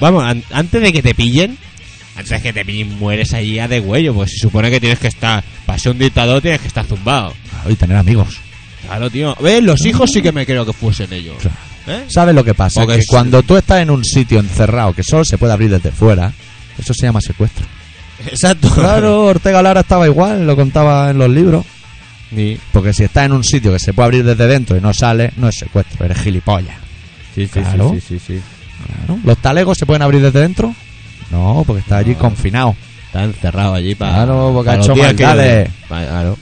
A: vamos, an- antes de que te pillen, antes de que te pillen, mueres ahí a de huello, pues se supone que tienes que estar, para ser un dictador tienes que estar zumbado.
B: Ah, Y tener amigos.
A: Claro, tío. ¿Ves? Los hijos sí que me creo que fuesen ellos.
B: Claro.
A: ¿Eh?
B: ¿Sabes lo que pasa?
A: Porque
B: que
A: es-
B: cuando tú estás en un sitio encerrado que solo se puede abrir desde fuera, eso se llama secuestro.
A: Exacto.
B: Claro, Ortega Lara estaba igual, lo contaba en los libros.
A: Sí,
B: Porque si estás en un sitio que se puede abrir desde dentro y no sales, no es secuestro, eres gilipollas.
A: sí, sí,
B: Claro.
A: sí, sí, sí, sí.
B: Claro. ¿Los talegos se pueden abrir desde dentro? No, porque está allí
A: No.
B: confinado.
A: Está encerrado allí para.
B: Claro, porque ha
A: los
B: hecho
A: días que-
B: maldades.
A: Pa- Claro.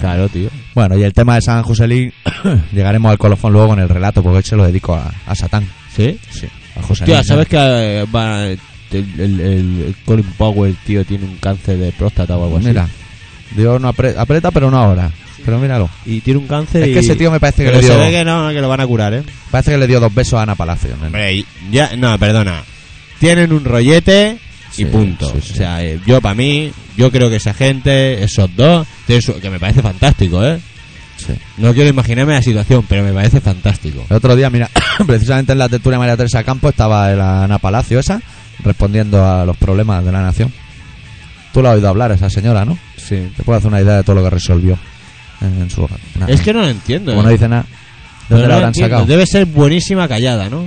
A: Claro, tío.
B: Bueno, y el tema de San Joselín, llegaremos al colofón luego con el relato, porque hoy se lo dedico a, a Satán.
A: ¿Sí?
B: Sí, a Joselín.
A: Tío, ¿sabes que eh, va- el, el- el Colin Powell, tío, tiene un cáncer de próstata o algo así?
B: Pues Mira, Dios no apre- aprieta, pero no ahora. Pero míralo.
A: Y tiene un cáncer
B: Es
A: y...
B: que ese tío me parece que
A: Pero
B: le
A: se
B: dio-
A: ve que no, que lo van a curar, ¿eh?
B: Parece que le dio dos besos a Ana Palacio. nene.
A: Hombre, y- ya... No, perdona. Tienen un rollete y
B: Sí,
A: punto.
B: sí, sí.
A: O sea, eh, yo para mí, yo creo que esa gente, esos dos, tienen su- que me parece fantástico, ¿eh?
B: Sí.
A: No quiero imaginarme la situación, pero me parece fantástico.
B: El otro día, mira, precisamente en la tertulia de María Teresa Campo estaba la Ana Palacio esa, respondiendo a los problemas de la nación. Tú la has oído hablar a esa señora, ¿no?
A: Sí.
B: Te puedo hacer una idea de todo lo que resolvió en, en su... Nah,
A: Es que no lo entiendo.
B: Como no
A: ¿eh?
B: dice nada,
A: No
B: ¿dónde
A: lo
B: la habrán
A: entiendo.
B: sacado?
A: Debe ser buenísima callada, ¿no?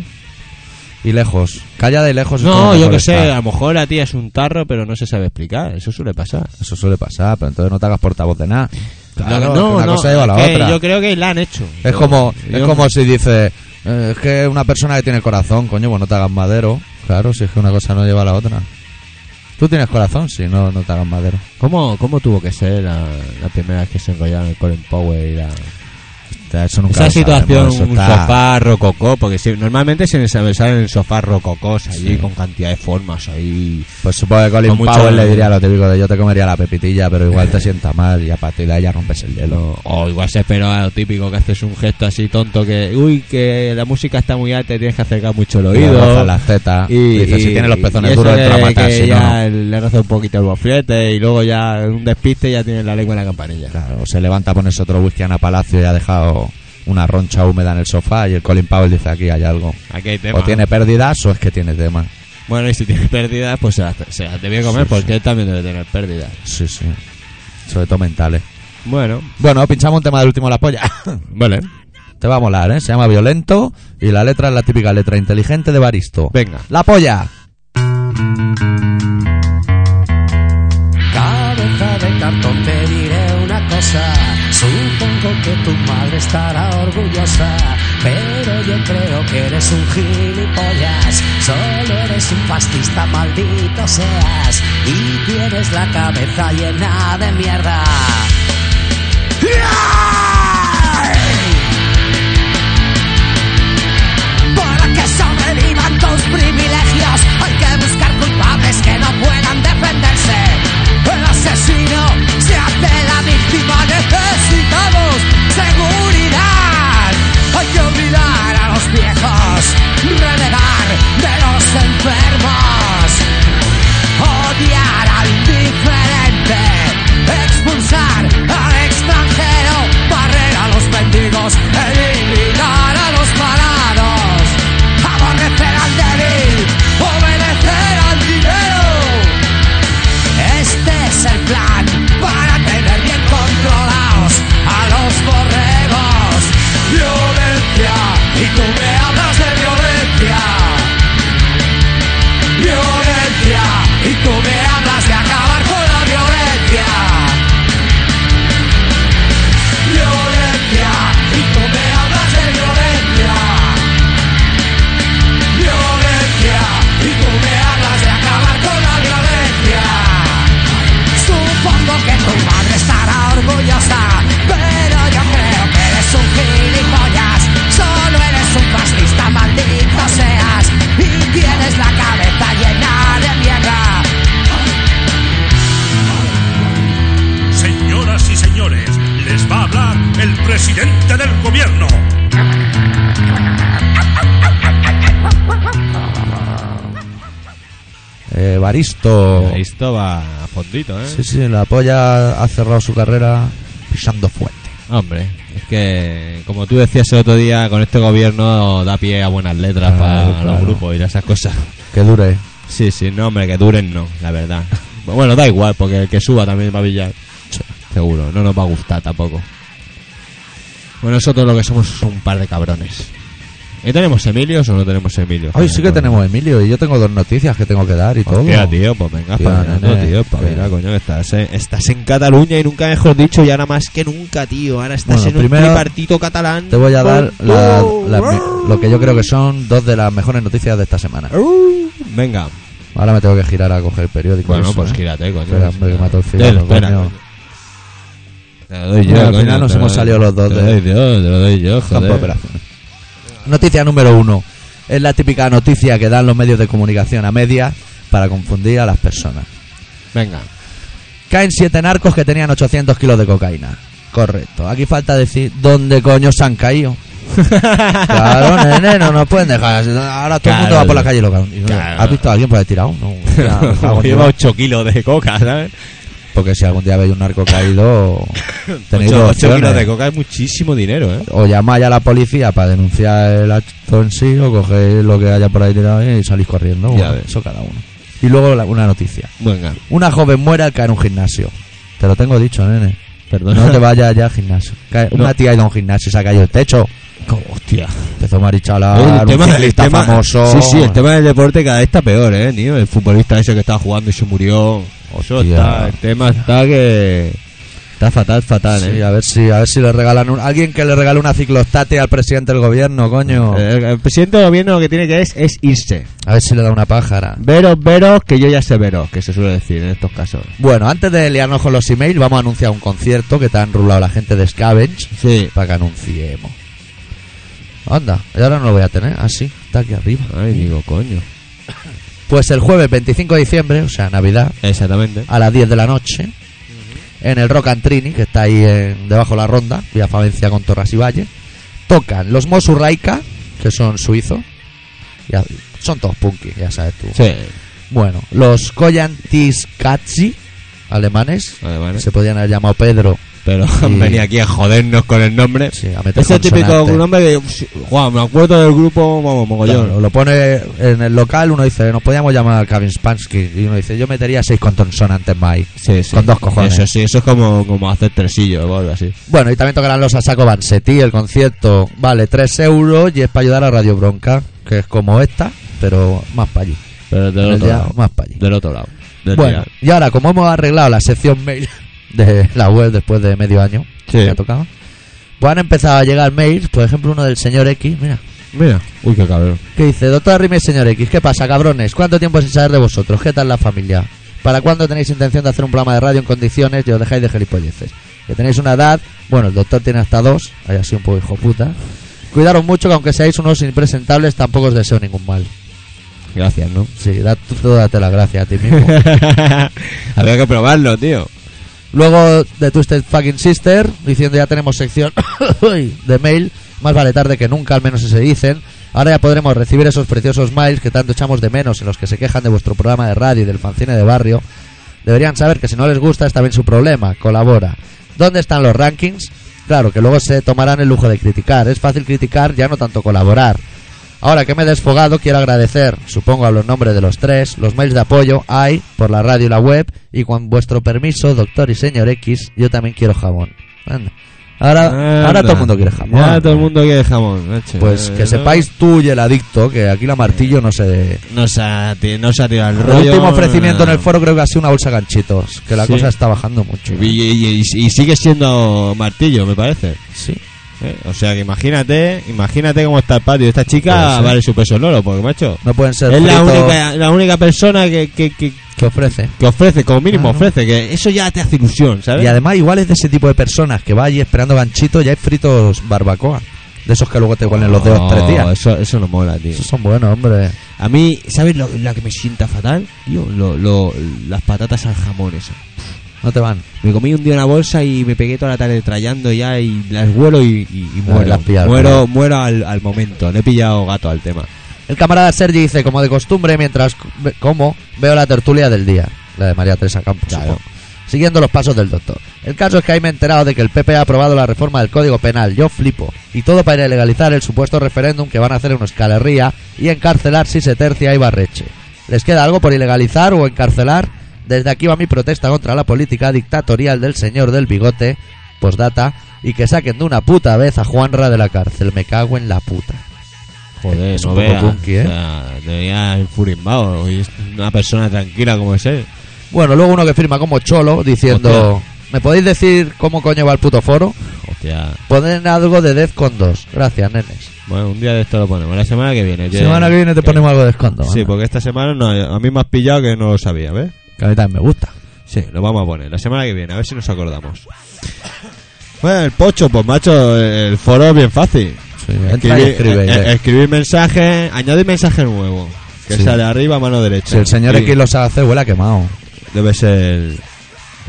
B: Y lejos. Callada y lejos. es como
A: No, yo
B: mejor
A: que sé,
B: está.
A: a lo mejor la tía es un tarro, pero no se sabe explicar. Eso suele pasar.
B: Eso suele pasar, pero entonces no te hagas portavoz de nada.
A: Lo
B: Claro,
A: que- no,
B: una
A: no,
B: cosa lleva a la
A: es que
B: otra.
A: Yo creo que la han hecho.
B: Es como,
A: Yo-
B: es como si dices, eh, es que una persona que tiene corazón, coño, pues no te hagas madero. Claro, si es que una cosa no lleva a la otra. Tú tienes corazón, si no, no te hagas madero.
A: ¿Cómo, cómo tuvo que ser la, la primera vez que se enrollaron el Colin Powell y la...
B: O sea, eso nunca
A: Esa
B: lo
A: situación,
B: sabremos, eso
A: un
B: está-
A: sofá rococó, porque si- normalmente se salen en sofás rococós allí con cantidad de formas ahí...
B: Pues supongo que Colin
A: Con mucho-
B: Powell le diría lo típico de yo te comería la pepitilla, pero igual te sienta mal y a partir de ahí ya rompes el hielo.
A: O, o igual se espera lo típico que haces un gesto así tonto que... Uy, que la música está muy alta y tienes que acercar mucho el
B: Le
A: oído.
B: rozas las tetas.
A: Y,
B: dices, si
A: y-
B: tienes los
A: y
B: pezones
A: eso
B: duros,
A: que-
B: entra a matar.
A: que
B: si no, no.
A: ya le roza un poquito el boflete y luego ya en un despiste ya tiene la lengua en la campanilla.
B: Claro, se levanta a ponerse otro whisky a Ana Palacio y ha dejado una roncha húmeda en el sofá y el Colin Powell dice aquí hay algo.
A: Aquí hay tema.
B: O Pues tiene pérdidas o es que tiene tema.
A: Bueno, y si tiene pérdidas, pues se las, se las debe comer
B: Sí,
A: porque
B: sí.
A: él también debe tener pérdidas.
B: Sí, sí. Sobre todo mentales.
A: Bueno,
B: Bueno, pinchamos un tema del último La Polla.
A: vale.
B: Te va a molar, ¿eh? Se llama Violento y la letra es la típica letra inteligente de Baristo.
A: Venga.
B: La Polla.
F: Cabeza de cartón, te diré una cosa. Supongo que tu madre estará orgullosa, pero yo creo que eres un gilipollas. Solo eres un fascista, maldito seas, y tienes la cabeza llena de mierda. ¡Ay! Para que sobrevivan tus privilegios hay que buscar culpables que no puedan defenderse. El Este
G: el presidente del gobierno.
B: Eh, Baristo.
A: Pues Esto va a fondito, ¿eh?
B: Sí, sí, la polla ha cerrado su carrera pisando fuerte.
A: Hombre, es que como tú decías el otro día, con este gobierno da pie a buenas letras
B: Claro,
A: para
B: claro.
A: los grupos y esas cosas.
B: Que dure.
A: Sí, sí, no, hombre, que duren no, la verdad. Bueno, da igual, porque el que suba también va a pillar. Seguro, no nos va a gustar tampoco. Bueno, nosotros lo que somos es un par de cabrones. ¿Y tenemos Emilios o no tenemos Emilios?
B: Hoy sí que tenemos a Emilio y yo tengo dos noticias que tengo que dar y todo.
A: Hostia, tío, pues venga,
B: Hostia,
A: para
B: nene,
A: tío, para
B: que-
A: coño, que estás en, estás en Cataluña y nunca mejor dicho, y ahora más que nunca, tío. Ahora estás
B: Bueno,
A: en un
B: primero
A: tripartito catalán.
B: Te voy a dar la- la-
A: Oh.
B: lo que yo creo que son dos de las mejores noticias de esta semana.
A: Uh, venga.
B: Ahora me tengo que girar a coger el periódico.
A: Bueno,
B: eso,
A: pues
B: ¿eh?
A: gírate, coño.
B: Espera, hombre, que mato el
A: Espera,
B: cigarro,
A: espera,
B: coño.
A: coño. Te lo doy yo,
B: Bueno, al
A: coño,
B: final nos
A: te lo
B: hemos
A: doy-
B: salido los dos
A: Te lo
B: de-
A: doy yo, te lo doy yo,
B: Campo de
A: joder.
B: operaciones. Noticia número uno. Es la típica noticia que dan los medios de comunicación a medias para confundir a las personas.
A: Venga.
B: Caen siete narcos que tenían 800 kilos de cocaína. Correcto. Aquí falta decir dónde coño se han caído. Claro, nene, no nos pueden dejar. así. Ahora todo el mundo
A: Claro.
B: va por la calle loca. Y, oye,
A: Claro.
B: ¿Has visto a alguien por ahí tirado? No. ya, me cago
A: Como
B: en
A: lleva
B: Dios.
A: 8 kilos de coca, ¿sabes?
B: Porque si algún día veis un narco caído, tenéis
A: 8,
B: dos
A: kilos de
B: opciones.
A: coca es muchísimo dinero, ¿eh?
B: O llamáis a la policía para denunciar el acto en sí, o cogéis lo que haya por ahí tirado y salís corriendo.
A: Ya
B: Bueno,
A: ves.
B: eso cada uno. Y luego la- una noticia.
A: Venga,
B: Una joven muere al caer en un gimnasio. Te lo tengo dicho, nene.
A: perdón.
B: No te vayas ya al gimnasio. Cae-
A: No.
B: Una tía ha ido a un gimnasio y se ha caído el techo.
A: Hostia.
B: Empezó a marichalar,
A: Oye,
B: un ciclista famoso.
A: Sí, sí, el tema del deporte cada vez está peor, ¿eh, tío? El futbolista ese que estaba jugando y se murió. Eso
B: Hostia.
A: está, el tema está que... Está fatal, fatal,
B: Sí,
A: ¿eh?
B: a ver si, a ver si le regalan un- alguien que le regale una ciclostate al presidente del gobierno, coño.
A: El, Eh, el presidente del gobierno lo que tiene que es, es irse.
B: A ver si le da una pájara.
A: Veros, veros, que yo ya sé veros, que se suele decir en estos casos.
B: Bueno, antes de liarnos con los emails, vamos a anunciar un concierto que te han rulado la gente de Scavenge
A: Sí.
B: para que anunciemos. Anda, y ahora no lo voy a tener. Ah, sí, está aquí arriba.
A: Ay, digo, coño.
B: Pues el jueves 25 de diciembre, o sea, Navidad,
A: Exactamente.
B: a las 10 de la noche, en el Rock and Trini, que está ahí en- debajo de la ronda, vía Favencia con Torras y Valle, tocan los Mosurraica, que son suizos. y a- son todos punky, ya sabes tú.
A: Sí.
B: Bueno, los Koyantiskatsi, alemanes,
A: Además,
B: se podían haber llamado Pedro
A: Pero
B: Y-
A: han venido aquí a jodernos con el nombre.
B: Sí, a meter
A: Ese Este típico
B: consonantes.
A: nombre que... sí, Guau, me acuerdo del grupo, vamos, mogollón.
B: Claro, lo pone en el local, uno dice, nos podíamos llamar Kevin Spansky. Y uno dice, yo metería seis con consonantes más ahí.
A: Sí, sí.
B: Con dos cojones.
A: Eso sí, eso es como, como hacer tresillo o algo así.
B: Bueno, y también tocarán los Asaco Bansetti, el concierto vale 3 euros y es para ayudar a Radio Bronca, que es como esta, pero más para allí.
A: Pero del
B: En el
A: otro
B: día,
A: lado.
B: más para allí.
A: Del otro lado. Del
B: bueno,
A: día.
B: y ahora, como hemos arreglado la sección mail de la web después de medio año,
A: Sí.
B: que ha tocado, pues han empezado a llegar mails, por ejemplo, uno del señor X, mira,
A: Mira. Uy, qué cabrón.
B: que dice, doctor Rime, señor X, ¿qué pasa, cabrones? ¿Cuánto tiempo sin saber de vosotros? ¿Qué tal la familia? ¿Para cuándo tenéis intención de hacer un programa de radio en condiciones y os dejáis de gilipolleces? Que tenéis una edad, bueno, el doctor tiene hasta dos, haya sido un poco hijo puta. Cuidaros mucho que aunque seáis unos impresentables tampoco os deseo ningún mal.
A: Gracias, ¿no?
B: Sí, da, tú date las gracias a ti mismo.
A: Había que probarlo, tío.
B: Luego de Twisted Fucking Sister, diciendo ya tenemos sección de mail, más vale tarde que nunca, al menos si se dicen. Ahora ya podremos recibir esos preciosos mails que tanto echamos de menos en los que se quejan de vuestro programa de radio y del fanzine de barrio. Deberían saber que si no les gusta está bien su problema, colabora. ¿Dónde están los rankings? Claro, que luego se tomarán el lujo de criticar. Es fácil criticar, ya no tanto colaborar. Ahora que me he desfogado, quiero agradecer, supongo a los nombres de los tres, los mails de apoyo hay por la radio y la web, y con vuestro permiso, doctor y señor X, yo también quiero jamón. Anda. Ahora, ahora
A: Anda.
B: todo el mundo quiere jamón.
A: Ahora todo el mundo quiere jamón, macho.
B: Pues
A: Eh,
B: que
A: no-
B: sepáis tú y el adicto, que aquí la martillo no se...
A: No se ha, ti- no se ha tirado el
B: El
A: rollo. eh,
B: último ofrecimiento en
A: no.
B: el foro creo que ha sido una bolsa de ganchitos, que la
A: Sí.
B: cosa está bajando mucho.
A: Y, y- y- y sigue siendo martillo, me parece.
B: Sí.
A: Eh, O sea que imagínate, imagínate cómo está el patio. Esta
B: Puede
A: chica
B: ser.
A: vale su peso en oro, porque macho.
B: No pueden ser
A: Es la
B: fritos
A: única, la única persona que, que, que,
B: que ofrece.
A: que ofrece, como mínimo
B: Claro.
A: ofrece, que eso ya te hace ilusión, ¿sabes?
B: Y además igual es de ese tipo de personas que va allí esperando ganchitos y hay fritos barbacoa. De esos que luego te ponen los dedos
A: No,
B: tres días.
A: Eso, eso no mola, tío.
B: Esos son buenos, hombre.
A: A mí, ¿sabes lo, la que me sienta fatal? Tío, lo, lo- las patatas al jamón, eso.
B: No te van.
A: Me comí un día una bolsa y me pegué toda la tarde trayando ya y las vuelo y, y- y
B: Ah,
A: muero.
B: las pillas,
A: muero
B: claro.
A: muero al, al momento. Le he pillado gato al tema.
B: El camarada Sergi dice, como de costumbre, mientras co- ve- como veo la tertulia del día, la de María Teresa Campos,
A: Claro.
B: supongo, siguiendo los pasos del doctor. El caso es que ahí me he enterado de que el PP ha aprobado la reforma del Código Penal, yo flipo, y todo para ilegalizar el supuesto referéndum que van a hacer en Euskal Herria y encarcelar si se tercia y barreche. ¿Les queda algo por ilegalizar o encarcelar? Desde aquí va mi protesta contra la política dictatorial del señor del bigote, postdata, y que saquen de una puta vez a Juanra de la cárcel. Me cago en la puta.
A: Joder,
B: Es
A: no
B: un poco
A: veas.
B: punky, ¿eh?
A: O sea, te veía enfurismado. Hoy es una persona tranquila como es él.
B: Bueno, luego uno que firma como cholo diciendo: ¿Me podéis decir cómo coño va el puto foro?
A: Hostia.
B: Ponen algo de Death con 2. Gracias, nenes.
A: Bueno, un día de esto lo ponemos. La semana que viene. que-
B: Semana que viene te
A: que-
B: ponemos algo de Death con 2.
A: Sí, pues.
B: anda.
A: porque esta semana no, a mí me has pillado que no lo sabía, ¿ves?
B: Que a mí también me gusta.
A: Sí, lo vamos a poner la semana que viene, a ver si nos acordamos. Bueno, el pocho, pues macho, el foro es bien fácil.
B: entra y escribe,
A: eh,
B: eh.
A: escribir mensaje, añadir mensaje nuevo. Que
B: Sí.
A: sale arriba, mano derecha.
B: Si el señor
A: Sí,
B: X lo sabe hacer, huele a quemado.
A: Debe ser el,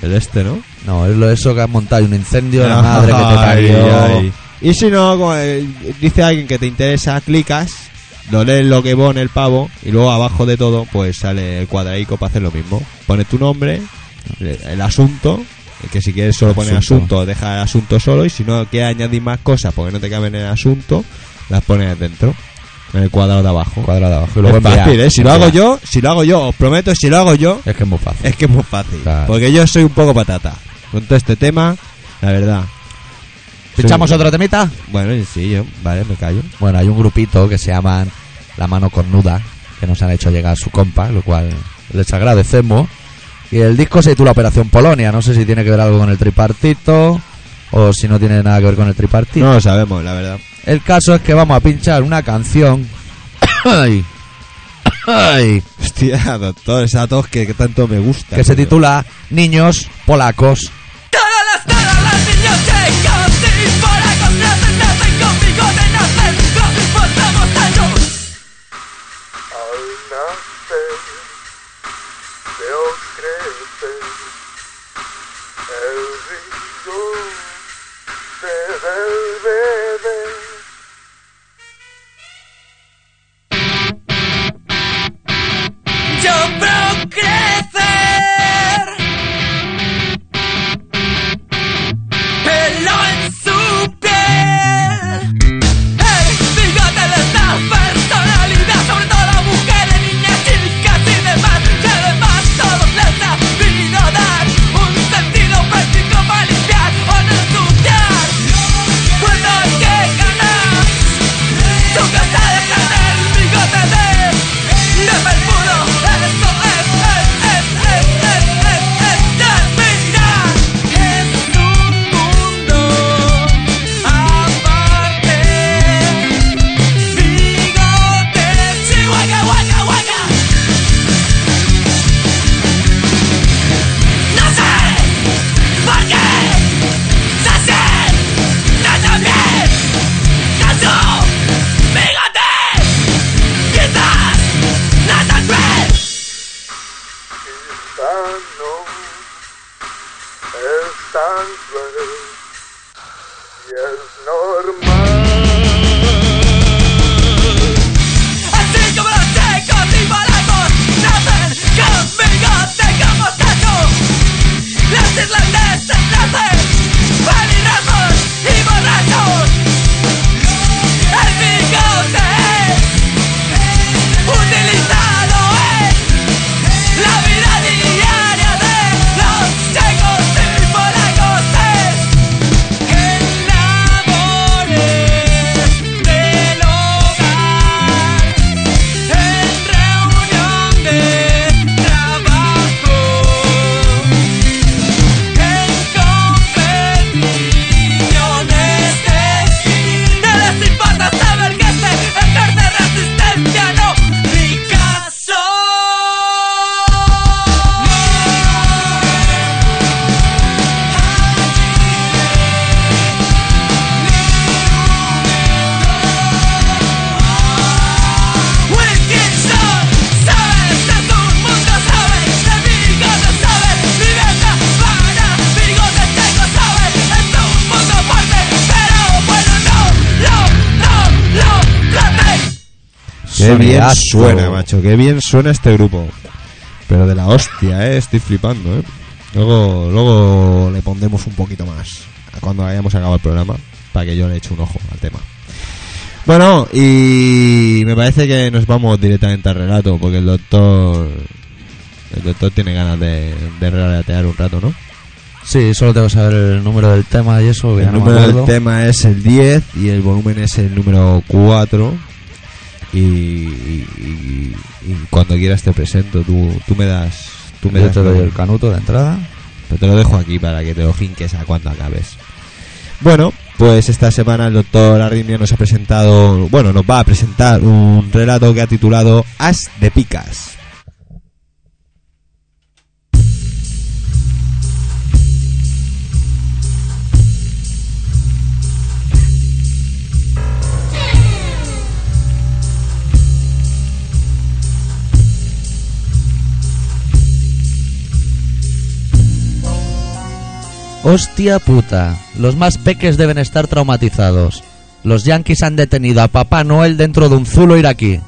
A: el este, ¿no? Ah,
B: No, es lo de eso que has montado y un incendio de la
A: Ay,
B: madre que te parió.
A: ay. Y si no, como, eh, dice alguien que te interesa, clicas, lo lees lo que pone el pavo y luego abajo de todo pues sale el cuadradico para hacer lo mismo. Pones tu nombre, le- el asunto, que si quieres solo poner
B: Asunto.
A: asunto, deja el asunto solo y si no quieres añadir más cosas porque no te caben en el asunto, las pones dentro, en el cuadrado de abajo.
B: Cuadrado abajo. Y luego
A: es fácil,
B: enviar,
A: ¿eh? Si lo hago
B: enviar.
A: yo, eh, si lo hago yo, os prometo, si lo hago yo,
B: Es que es muy fácil.
A: es que es muy fácil.
B: Claro.
A: Porque yo soy un poco patata. Con todo este tema, la verdad.
B: ¿Pinchamos
A: Sí.
B: otro temita?
A: Bueno, y sí, yo, vale, me callo.
B: Bueno, hay un grupito que se llaman La Mano Cornuda, que nos han hecho llegar su compa, lo cual les agradecemos. Y el disco se titula Operación Polonia, no sé si tiene que ver algo con el tripartito o si no tiene nada que ver con el tripartito.
A: No lo sabemos, la verdad.
B: El caso es que vamos a pinchar una canción. Ay. Ay.
A: Hostia, doctor, esa tos que, que tanto me gusta.
B: que se
A: tío.
B: titula Niños Polacos.
D: Todas las, todas las niñas de Castilla para contratar nacen con bigote, nacen con mostramos tantos.
H: Al nacer, veo crecer el bigote del bebé.
D: Yo procrecer Pelo en su piel El bigote de esta personalidad Sobre todo mujeres, niñas, chicas y demás Que además todos les ha venido a dar Un sentido práctico para limpiar o no estudiar Cuando que ganas tu casa deja el bigote de Lepe puro, eso es, es, es, es, es, es, es terminar En un mundo aparte Bigote, chihuahua, guaca, guaca No sé por qué se hacen tan bien Caso ¡Fíjate! ¡Quizás! ¡Nada cruel!
H: Quizá no es tan cruel y es normal.
D: Así como los secos y balacos Nacen conmigo, tengo mostachos Los islandeses nacen Pelirrojos y borrachos El bigote es Utilizado en La vida diaria de los secos y balacos es En la este
A: Qué bien
B: sonidazo.
A: suena, macho. Qué bien suena este grupo. Pero de la hostia, eh. Estoy flipando, eh. Luego, luego le pondremos un poquito más cuando hayamos acabado el programa para que yo le eche un ojo al tema. Bueno, y me parece que nos vamos directamente al relato porque el doctor. El doctor tiene ganas de, de relatear un rato, ¿no?
B: Sí, solo tengo que saber el número del tema y eso. que ya
A: Pues El
B: no me
A: número del
B: acuerdo.
A: tema es el 10 y el volumen es el número 4. Y, y- y- y cuando quieras te presento, tú, tú me das. Tú me
B: Yo
A: das
B: te doy el canuto de entrada.
A: pero te lo dejo aquí para que te lo jinques a cuando acabes. Bueno, pues esta semana el doctor Arrimio nos ha presentado, bueno, nos va a presentar un relato que ha titulado As de Picas.
B: Hostia puta, los más peques deben estar traumatizados. Los yanquis han detenido a Papá Noel dentro de un zulo iraquí.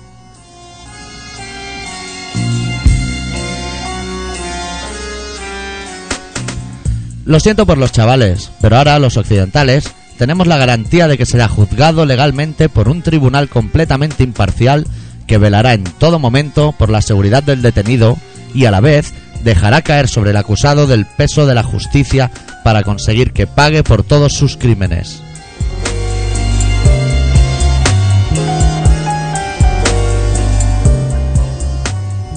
B: Lo siento por los chavales, pero ahora los occidentales tenemos la garantía de que será juzgado legalmente por un tribunal completamente imparcial que velará en todo momento por la seguridad del detenido y a la vez dejará caer sobre el acusado del peso de la justicia para conseguir que pague por todos sus crímenes.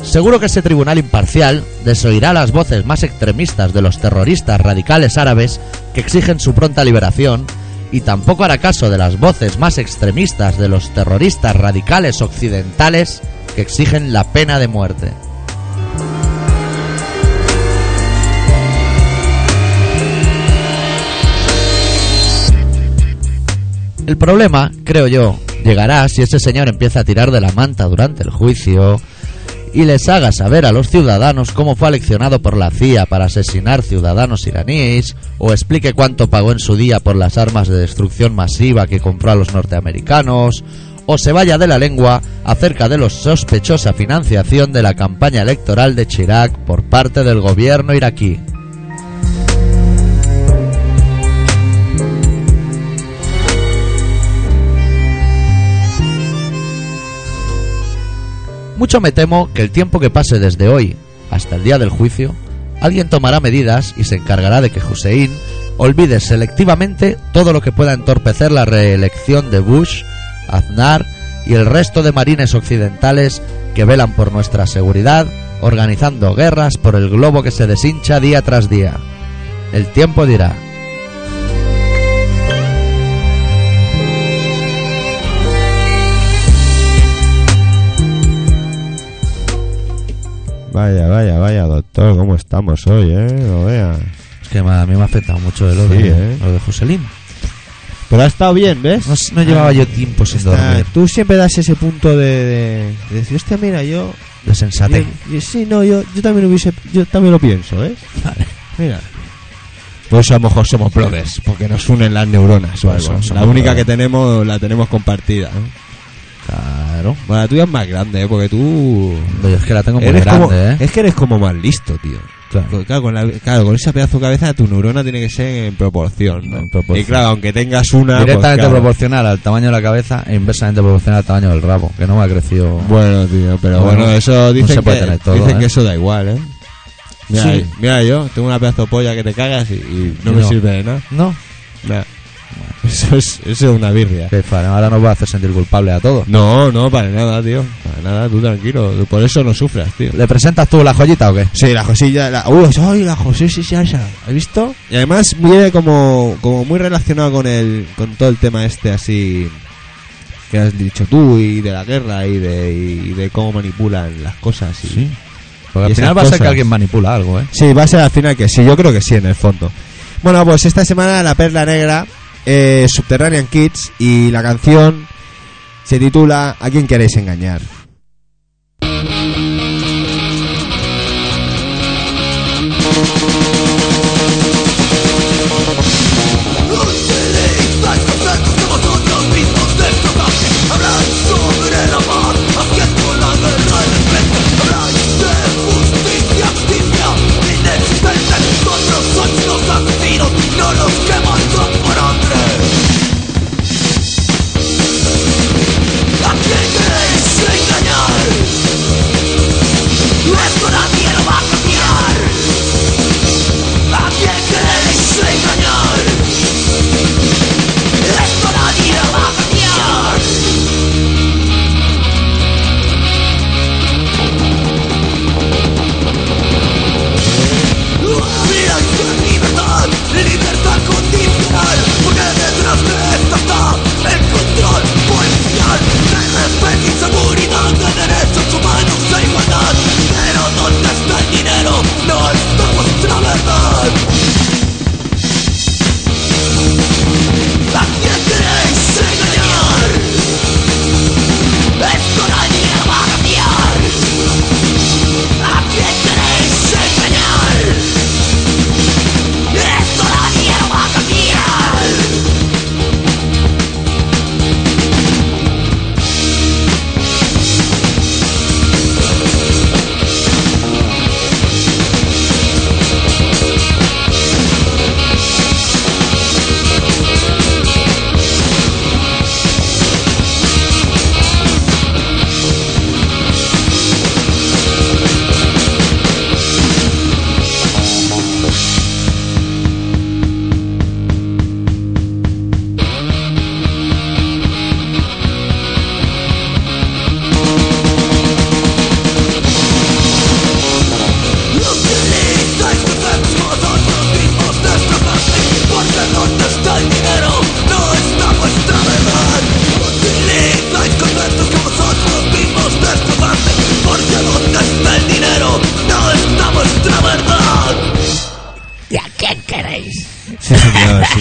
B: Seguro que ese tribunal imparcial desoirá las voces más extremistas de los terroristas radicales árabes que exigen su pronta liberación y tampoco hará caso de las voces más extremistas de los terroristas radicales occidentales que exigen la pena de muerte. El problema, creo yo, llegará si ese señor empieza a tirar de la manta durante el juicio y les haga saber a los ciudadanos cómo fue aleccionado por la CIA para asesinar ciudadanos iraníes o explique cuánto pagó en su día por las armas de destrucción masiva que compró a los norteamericanos o se vaya de la lengua acerca de la sospechosa financiación de la campaña electoral de Chirac por parte del gobierno iraquí. Mucho me temo que el tiempo que pase desde hoy hasta el día del juicio, alguien tomará medidas y se encargará de que Hussein olvide selectivamente todo lo que pueda entorpecer la reelección de Bush, Aznar y el resto de marines occidentales que velan por nuestra seguridad, organizando guerras por el globo que se deshincha día tras día. El tiempo dirá.
A: Vaya, vaya, vaya, doctor, ¿cómo estamos hoy, eh? No veas.
B: Es que a mí me ha afectado mucho el
A: Sí, ¿eh?
B: lo de Hussein.
A: Pero ha estado bien, ¿ves?
B: No, Pues no llevaba yo tiempo sin
A: Ah,
B: dormir.
A: Tú siempre das ese punto de, de, de decir, hostia, mira, yo...
B: De sensatez.
A: yo- yo- sí, no, yo, yo también hubiese... Yo también lo pienso, ¿eh?
B: Vale.
A: Mira. Por eso Pues a lo mejor somos brothers, porque nos unen las neuronas o
B: Pues
A: algo.
B: somos-
A: la
B: somos
A: única
B: brothers.
A: que tenemos la tenemos compartida. ¿no?
B: Claro.
A: Bueno, la tuya es más grande, ¿eh? porque tú...
B: Yo es que la tengo muy
A: eres
B: grande,
A: como,
B: ¿eh?
A: Es que eres como más listo, tío.
B: Claro.
A: Con- Claro con, la- claro, con esa pedazo de cabeza tu neurona tiene que ser en proporción. ¿no?
B: En proporción.
A: Y claro, aunque tengas una... pues,
B: Directamente
A: claro.
B: proporcional al tamaño de la cabeza e inversamente proporcional al tamaño del rabo, que no me ha crecido.
A: Bueno, tío, pero bueno,
B: Bueno,
A: eso dicen,
B: se puede
A: que,
B: tener todo,
A: dicen
B: ¿eh?
A: que eso da igual, ¿eh? Mira,
B: Sí.
A: mira yo, tengo una pedazo de polla que te cagas y, y no,
B: Y
A: me
B: no.
A: sirve de nada.
B: No,
A: Nada. Eso, es, eso es una birria.
B: que fa- ahora nos va a hacer sentir culpable a todos.
A: No, no, para nada, tío. Para nada, tú tranquilo. Por eso no sufras, tío.
B: ¿Le presentas tú la joyita o qué?
A: Sí, la Josilla, la... Uy, ay, la José, sí, sí, esa. ¿Has visto? Y además viene como, como muy relacionado con el con todo el tema este así que has dicho tú y de la guerra y de, y de cómo manipulan las cosas. Y...
B: Porque
A: Y
B: al
A: esas
B: final va a ser que
A: cosas.
B: alguien manipula algo, ¿eh?
A: Sí, va a ser al final que sí, yo creo que sí, en el fondo. Bueno, pues esta semana la perla negra, eh, Subterranean Kids, y la canción se titula ¿A quién queréis engañar?
D: Utilizáis los reflejos de vosotros mismos de hablar sobre el amor, aunque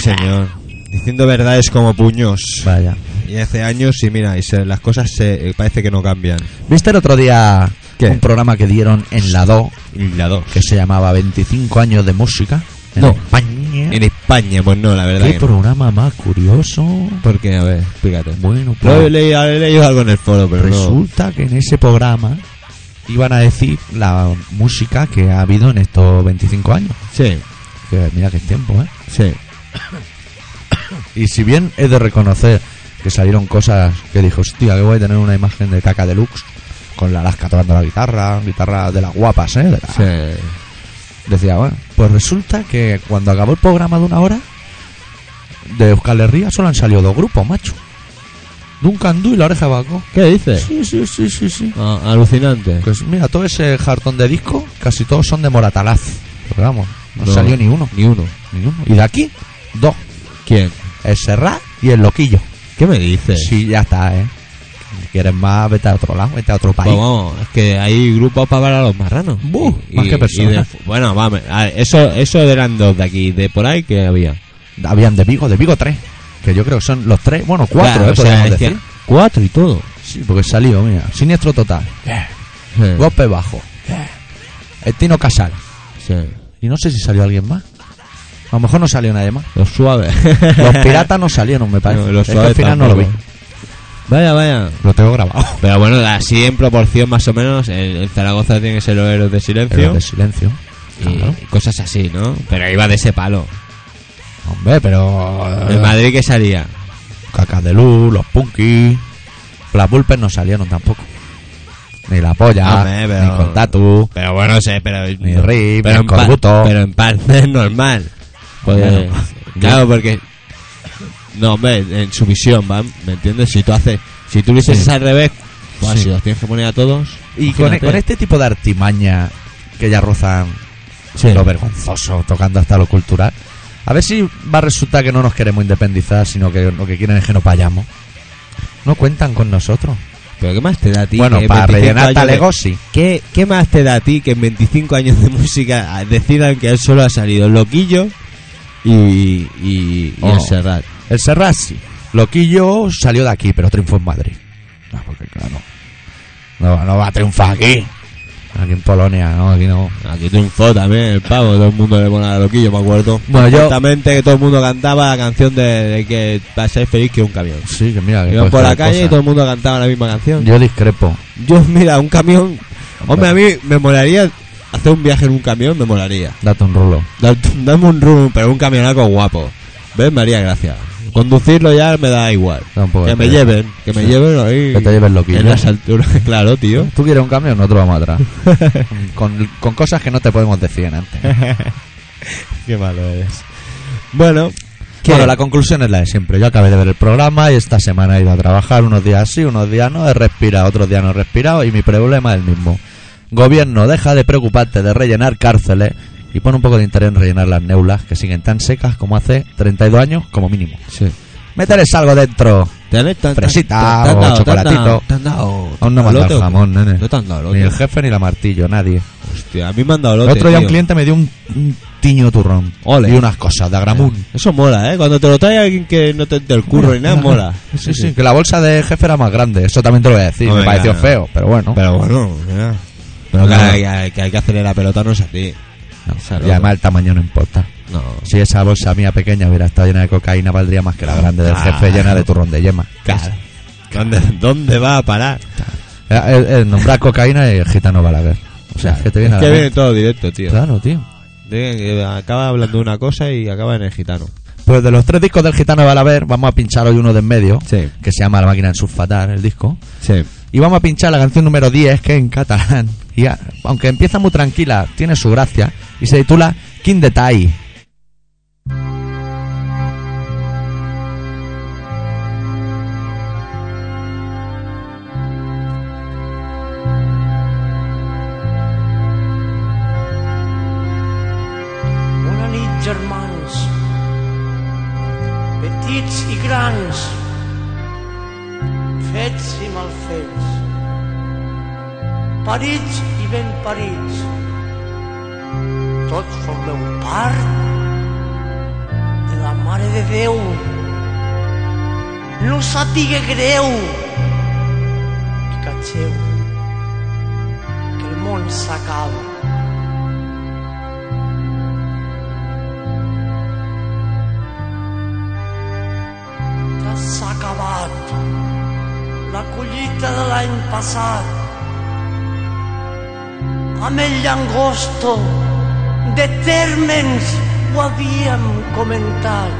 A: señor. Diciendo verdades como puños.
B: Vaya.
A: Y hace años y mira, y se- las cosas se, eh, parece que no cambian.
B: ¿Viste el otro día
A: ¿Qué?
B: un programa que dieron en la 2
A: Y la dos.
B: que se llamaba 25 años de música? En
A: No.
B: España.
A: En España, pues no, la verdad.
B: Qué
A: que no.
B: programa más curioso.
A: Porque, a ver, explícate.
B: Bueno,
A: Lo
B: pues,
A: he leído, he leído algo en el foro, pero no.
B: resulta que en ese programa iban a decir la música que ha habido en estos 25 años.
A: Sí,
B: Que mira que es tiempo, ¿eh?
A: sí.
B: Y si bien he de reconocer que salieron cosas que dije, hostia, que voy a tener una imagen de caca deluxe con la Alaska tocando la guitarra, guitarra de las guapas, ¿eh? De la-
A: sí.
B: Decía, bueno, pues resulta que cuando acabó el programa de una hora, de Euskal Herria solo han salido dos grupos, macho. Duncan Du y la oreja de Baco.
A: ¿Qué dices?
B: Sí, sí, sí, sí, sí.
A: Ah, alucinante.
B: Pues mira, todo ese jartón de disco, casi todos son de Moratalaz. Pero vamos, no,
A: No.
B: salió ni uno,
A: Ni uno.
B: ni uno. Y de aquí, dos.
A: ¿Quién?
B: El Serrat y el Loquillo.
A: ¿Qué me dices?
B: Sí, ya está, ¿eh? Si quieres más, vete a otro lado, vete a otro país.
A: Pues vamos, es que hay grupos para ver a los marranos.
B: Buh, más que personas.
A: y de fu- bueno, vamos, a- eso, eso eran dos de aquí, de por ahí que había.
B: Habían de Vigo, de Vigo tres. Que yo creo que son los tres, bueno, cuatro,
A: Claro,
B: ¿eh?
A: o sea,
B: podríamos
A: es que-
B: decir.
A: cuatro y todo.
B: Sí, porque salió, mira. Siniestro total,
A: Sí,
B: golpe bajo. Eh, El Tino Casal.
A: sí.
B: Y no sé si salió alguien más. A lo mejor no salió nadie más.
A: Los suaves.
B: Los piratas no salieron, me parece.
A: No, los
B: Es que al
A: suaves
B: final no lo vi.
A: tampoco. Vaya, vaya.
B: Lo tengo grabado.
A: Pero bueno, así en proporción más o menos, el, el Zaragoza tiene que ser los héroes de silencio
B: Pero de silencio.
A: y,
B: Claro.
A: y cosas así, ¿no? Pero iba de ese palo.
B: Hombre, pero.
A: ¿En Madrid qué salía?
B: Cacas de luz, los punky. Las pulpes no salieron tampoco. Ni la polla,
A: Hombre, pero-
B: ni con tatu.
A: Pero bueno, sé, pero.
B: Ni Rip,
A: pero
B: ni
A: en pa-
B: Corbuto.
A: Pero en parte es normal. Porque-
B: Claro.
A: claro, porque. No, hombre, en su misión, ¿va? ¿me entiendes? Si tú haces. Si tú lo hicieses
B: Sí.
A: al revés, pues,
B: Sí.
A: si los tienes que poner a todos.
B: Y con,
A: imagínate.
B: con este tipo de artimaña que ya rozan
A: Sí.
B: lo vergonzoso, tocando hasta lo cultural. A ver si va a resultar que no nos queremos independizar, sino que lo que quieren es que nos vayamos. No cuentan con nosotros.
A: Pero ¿qué más te da a ti?
B: e-, bueno,
A: que
B: para
A: 25
B: rellenar
A: años de-
B: Talegosi.
A: ¿Qué, ¿Qué más te da a ti que en 25 años de música ah, decidan que él solo ha salido Loquillo y, y, y
B: Oh.
A: el Serrat?
B: El Serrasi. Loquillo salió de aquí, pero triunfó en Madrid.
A: Ah,
B: No, porque claro. No, no va a triunfar aquí. Aquí en Polonia, no, aquí no.
A: Aquí triunfó también el pavo, todo el mundo le ponía a Loquillo, me acuerdo.
B: Bueno, yo-
A: Exactamente que todo el mundo cantaba la canción de, de que va a ser feliz que un camión.
B: Sí, que mira, que
A: Iban
B: puede
A: por la
B: ser
A: calle y
B: cosa.
A: todo el mundo cantaba la misma canción. Yo,
B: Yo discrepo.
A: mira, un camión. Hombre, a mí me molaría hacer un viaje en un camión, me molaría.
B: Date un rulo.
A: Dar- Dame un rum, pero un camionaco guapo. ¿Ves? Me haría gracia. Conducirlo ya me da igual.
B: Tampoco
A: que
B: es
A: me
B: que-
A: lleven, que me
B: Sí.
A: lleven ahí.
B: Que te lleves loquillo.
A: En las alturas, claro, tío.
B: ¿Tú quieres un cambio? Nosotros vamos atrás. con, con cosas que no te podemos decir en antes.
A: Qué malo eres. Bueno, ¿qué?
B: Bueno, la conclusión es la de siempre. Yo acabé de ver el programa y esta semana he ido a trabajar. Unos días sí, unos días no. He respirado, otros días no he respirado. Y mi problema es el mismo. Gobierno, deja de preocuparte de rellenar cárceles y pon un poco de interés en rellenar las neulas que siguen tan secas como hace 32 años como mínimo.
A: Sí.
B: Mételes algo dentro.
A: ¿Te han- te han-
B: Fresita
A: te- te han dado-
B: o
A: te han
B: chocolatito.
A: dado- Te han dado.
B: Aún no me han dado
A: lote
B: el
A: o-
B: jamón, nene.
A: No te han dado
B: Ni
A: lote.
B: el jefe ni la martillo, nadie.
A: Hostia, a mí me han dado
B: El
A: lote.
B: otro día un
A: tío.
B: cliente me dio un, un tiño turrón
A: Ole.
B: y unas cosas de agramún.
A: Eso mola, ¿eh? Cuando te lo trae alguien que no te ente el curro ni nada, mola.
B: Sí, sí, que la bolsa de jefe era más grande. Eso también te lo voy a decir.
A: No
B: me
A: me
B: pareció
A: gana.
B: feo, pero bueno.
A: Pero bueno, mira. Pero que,
B: No.
A: hay, que hay que hacerle la pelota no es a ti.
B: No,
A: o sea,
B: y además el tamaño no importa.
A: No.
B: Si esa bolsa mía pequeña hubiera estado llena de cocaína, valdría más que la grande del
A: Claro.
B: jefe llena de turrón de yema.
A: Ah. Claro. ¿Dónde, ¿Dónde va a parar?
B: Eh, El, el nombrar cocaína es gitano Balaguer. O sea, es que te viene
A: es
B: a la
A: que viene
B: mente.
A: todo directo, tío.
B: Claro, tío.
A: Digan que acaba hablando una cosa y acaba en el gitano.
B: Pues de los tres discos del gitano Balaguer, vamos a pinchar hoy uno de en medio,
A: Sí.
B: que se llama La máquina en Subfatar, el disco.
A: Sí.
B: Y vamos a pinchar la canción número 10, que es en catalán. Y a- aunque empieza muy tranquila, tiene su gracia. Y se titula Quin Detalle.
I: Bona nit, germans, petits i grans, fets i malfets, parits i ben parits, tots formeu part de la Mare de Déu, no sàpiga greu. I catxeu, que el món s'acaba. Ja s'ha acabat la collita de l'any passat amb el llangosto de tèrmens ho havíem comentat.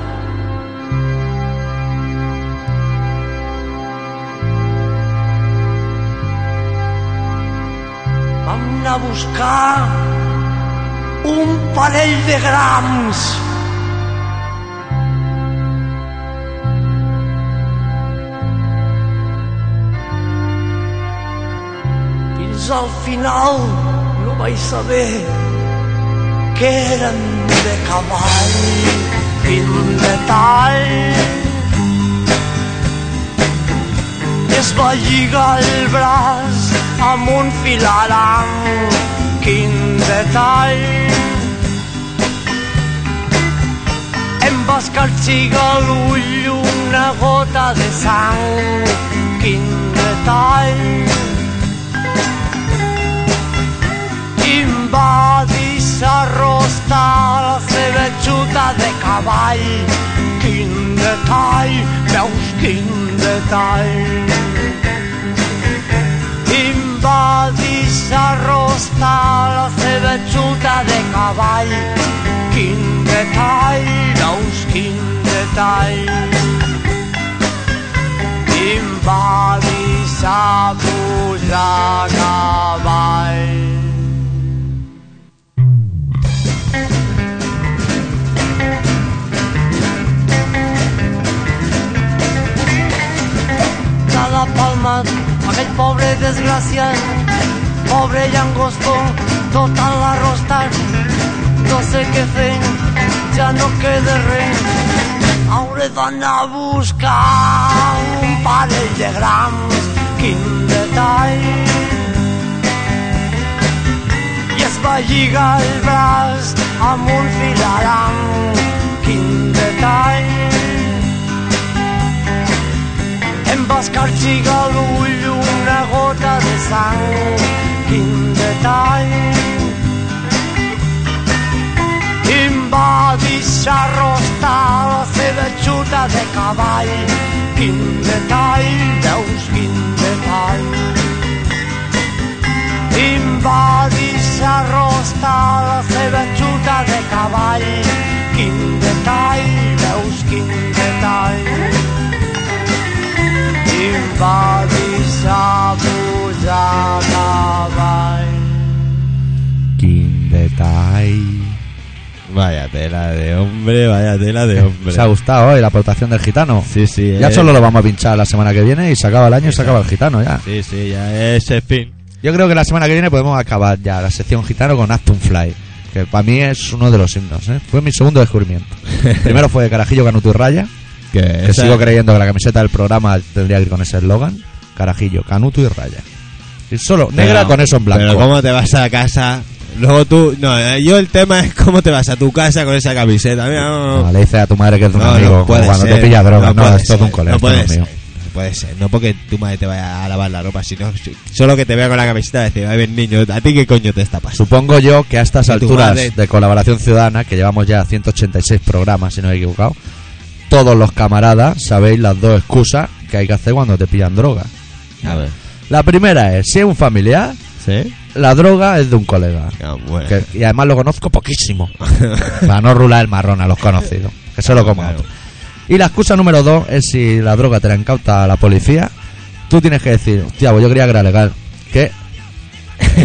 I: Vam anar a buscar un parell de grams fins al final no vaig saber que eren de cavall fin de tall es va lligar el braç amb un filaram quin detall em va escarxigar l'ull una gota de sang quin detall invadis arrostar la seva xuta de cavall. Quin detall, veus quin detall. Invadis arrostar la seva xuta de cavall. Quin detall, veus quin detall. Invadis a posar cavall. a la palma aquell pobre desgraciat pobre llangostó tot a l'arrostat no sé què fer ja no queda res hauré d'anar a buscar un parell de grams quin detall i es va lligar el braç amb un filaram quin detall em va escarxigar l'ull una gota de sang. Quin detall! I em va deixar rostar la seva xuta de cavall. Quin detall, veus quin detall! I em va deixar rostar la seva xuta de cavall. Quin detall, veus quin detall! invadis a posar cavall.
B: Quin detall.
A: Vaya tela de hombre, vaya tela de hombre.
B: ¿Os ha gustado hoy la aportación del gitano?
A: Sí, sí.
B: Ya
A: eh.
B: solo lo vamos a pinchar la semana que viene y se acaba el año y se acaba el gitano ya.
A: Sí, sí, ya es el fin.
B: Yo creo que la semana que viene podemos acabar ya la sección gitano con Acton Fly, que para mí es uno de los himnos, ¿eh? Fue mi segundo descubrimiento. Primero fue Carajillo Canuto y Raya,
A: Que,
B: que
A: esa-
B: sigo creyendo que la camiseta del programa tendría que ir con ese eslogan. Carajillo, Canuto y Raya. Y solo negra
A: Pero-
B: con eso en blanco.
A: Pero cómo te vas a casa. Luego tú. No, eh, yo el tema es cómo te vas a tu casa con esa camiseta. Mira, no,
B: No,
A: no.
B: le dices a tu madre que es de un
A: No,
B: pues, amigo
A: no puede
B: cuando
A: ser,
B: te pilla droga. No,
A: puede
B: es todo
A: ser,
B: un colega,
A: No
B: esto no
A: puede
B: es
A: ser.
B: mío.
A: no puede ser. No porque tu madre te vaya a lavar la ropa, sino si- solo que te vea con la camiseta y decir, a ver, niño, ¿a ti qué coño te está pasando?
B: Supongo yo que a estas
A: Y tu
B: alturas
A: madre-
B: de colaboración ciudadana, que llevamos ya 186 programas, si no me he equivocado, todos los camaradas sabéis las dos excusas que hay que hacer cuando te pillan droga.
A: A ver.
B: La primera es, si es un familiar,
A: ¿Sí?
B: la droga es de un colega.
A: Ah, bueno.
B: Que- y además lo conozco poquísimo. para no rular el marrón a los conocidos. Que se lo coma
A: Claro.
B: otro. Y la excusa número dos es si la droga te la incauta la policía, tú tienes que decir, hostia, pues yo creía que era legal. Que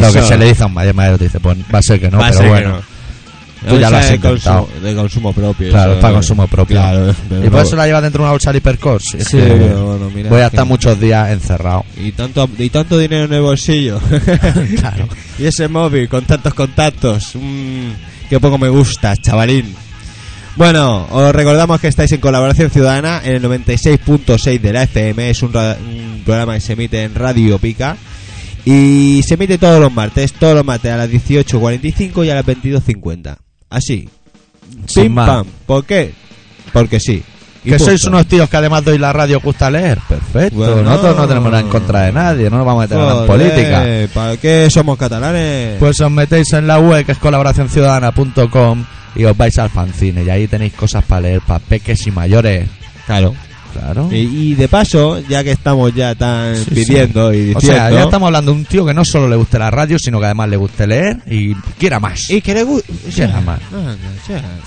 B: lo que
A: Eso.
B: se le dice a un mayor mayor te dice, pues va a ser que no,
A: Va a
B: pero
A: ser que
B: bueno.
A: no.
B: Tú ya lo has
A: de consumo,
B: intentado.
A: de consumo propio.
B: Claro,
A: eso,
B: es para
A: eh.
B: consumo propio.
A: Claro,
B: y por eso la llevas dentro de una bolsa de hipercors. Es
A: Sí,
B: que
A: pero bueno, mira,
B: voy a
A: es que-
B: estar muchos días encerrado.
A: Y tanto, y tanto dinero en el bolsillo.
B: Claro.
A: Y ese móvil con tantos contactos. Mm, qué poco me gusta, chavalín. Bueno, os recordamos que estáis en Colaboración Ciudadana en el 96.6 de la FM. Es un, ra- un programa que se emite en Radio Pica. Y se emite todos los martes, todos los martes a las 18.45 y a las 22.50. Así.
B: Sin
A: Pim
B: más.
A: pam. ¿Por qué? Porque sí. Y
B: Que
A: punto.
B: sois unos tíos que además de oír la radio os gusta leer. Perfecto.
A: Bueno.
B: Nosotros no tenemos nada en contra de nadie, no nos vamos a meter nada
A: Joder,
B: en política.
A: ¿Para qué somos catalanes?
B: Pues os metéis en la web que es colaboracionciudadana.com y os vais al fanzine y ahí tenéis cosas para leer para peques y mayores.
A: claro.
B: Claro.
A: Eh, Y, y de paso, ya que estamos ya tan
B: Sí, sí.
A: pidiendo y diciendo.
B: O sea, ya estamos hablando de un tío que no solo le guste la radio, sino que además le guste leer y quiera más.
A: Y que le gusta.
B: Quiera más.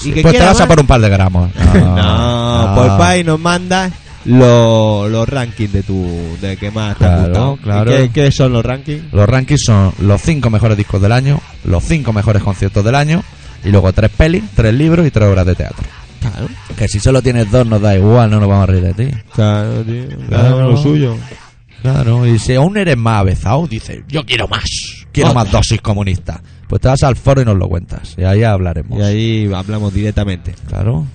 A: Y que
B: pues te
A: quiera
B: vas a
A: más.
B: por Ah. un par de gramos.
A: No, por país nos mandas lo- los rankings de tu. de que más te
B: Claro,
A: ha gustado. ¿Y
B: claro.
A: ¿Qué, qué son los rankings?
B: Los rankings son los cinco mejores discos del año, los cinco mejores conciertos del año, y luego tres pelis, tres libros y tres obras de teatro.
A: Claro.
B: Que si solo tienes dos nos da igual, no nos vamos a reír de ti.
A: Claro, tío.
B: Claro.
A: Claro, lo suyo.
B: Claro, y si aún eres más avezado, dices, yo
E: Yo quiero más.
B: quiero más dosis comunista. Pues te vas al foro y nos lo cuentas, y ahí hablaremos.
A: Y ahí hablamos directamente.
B: Claro.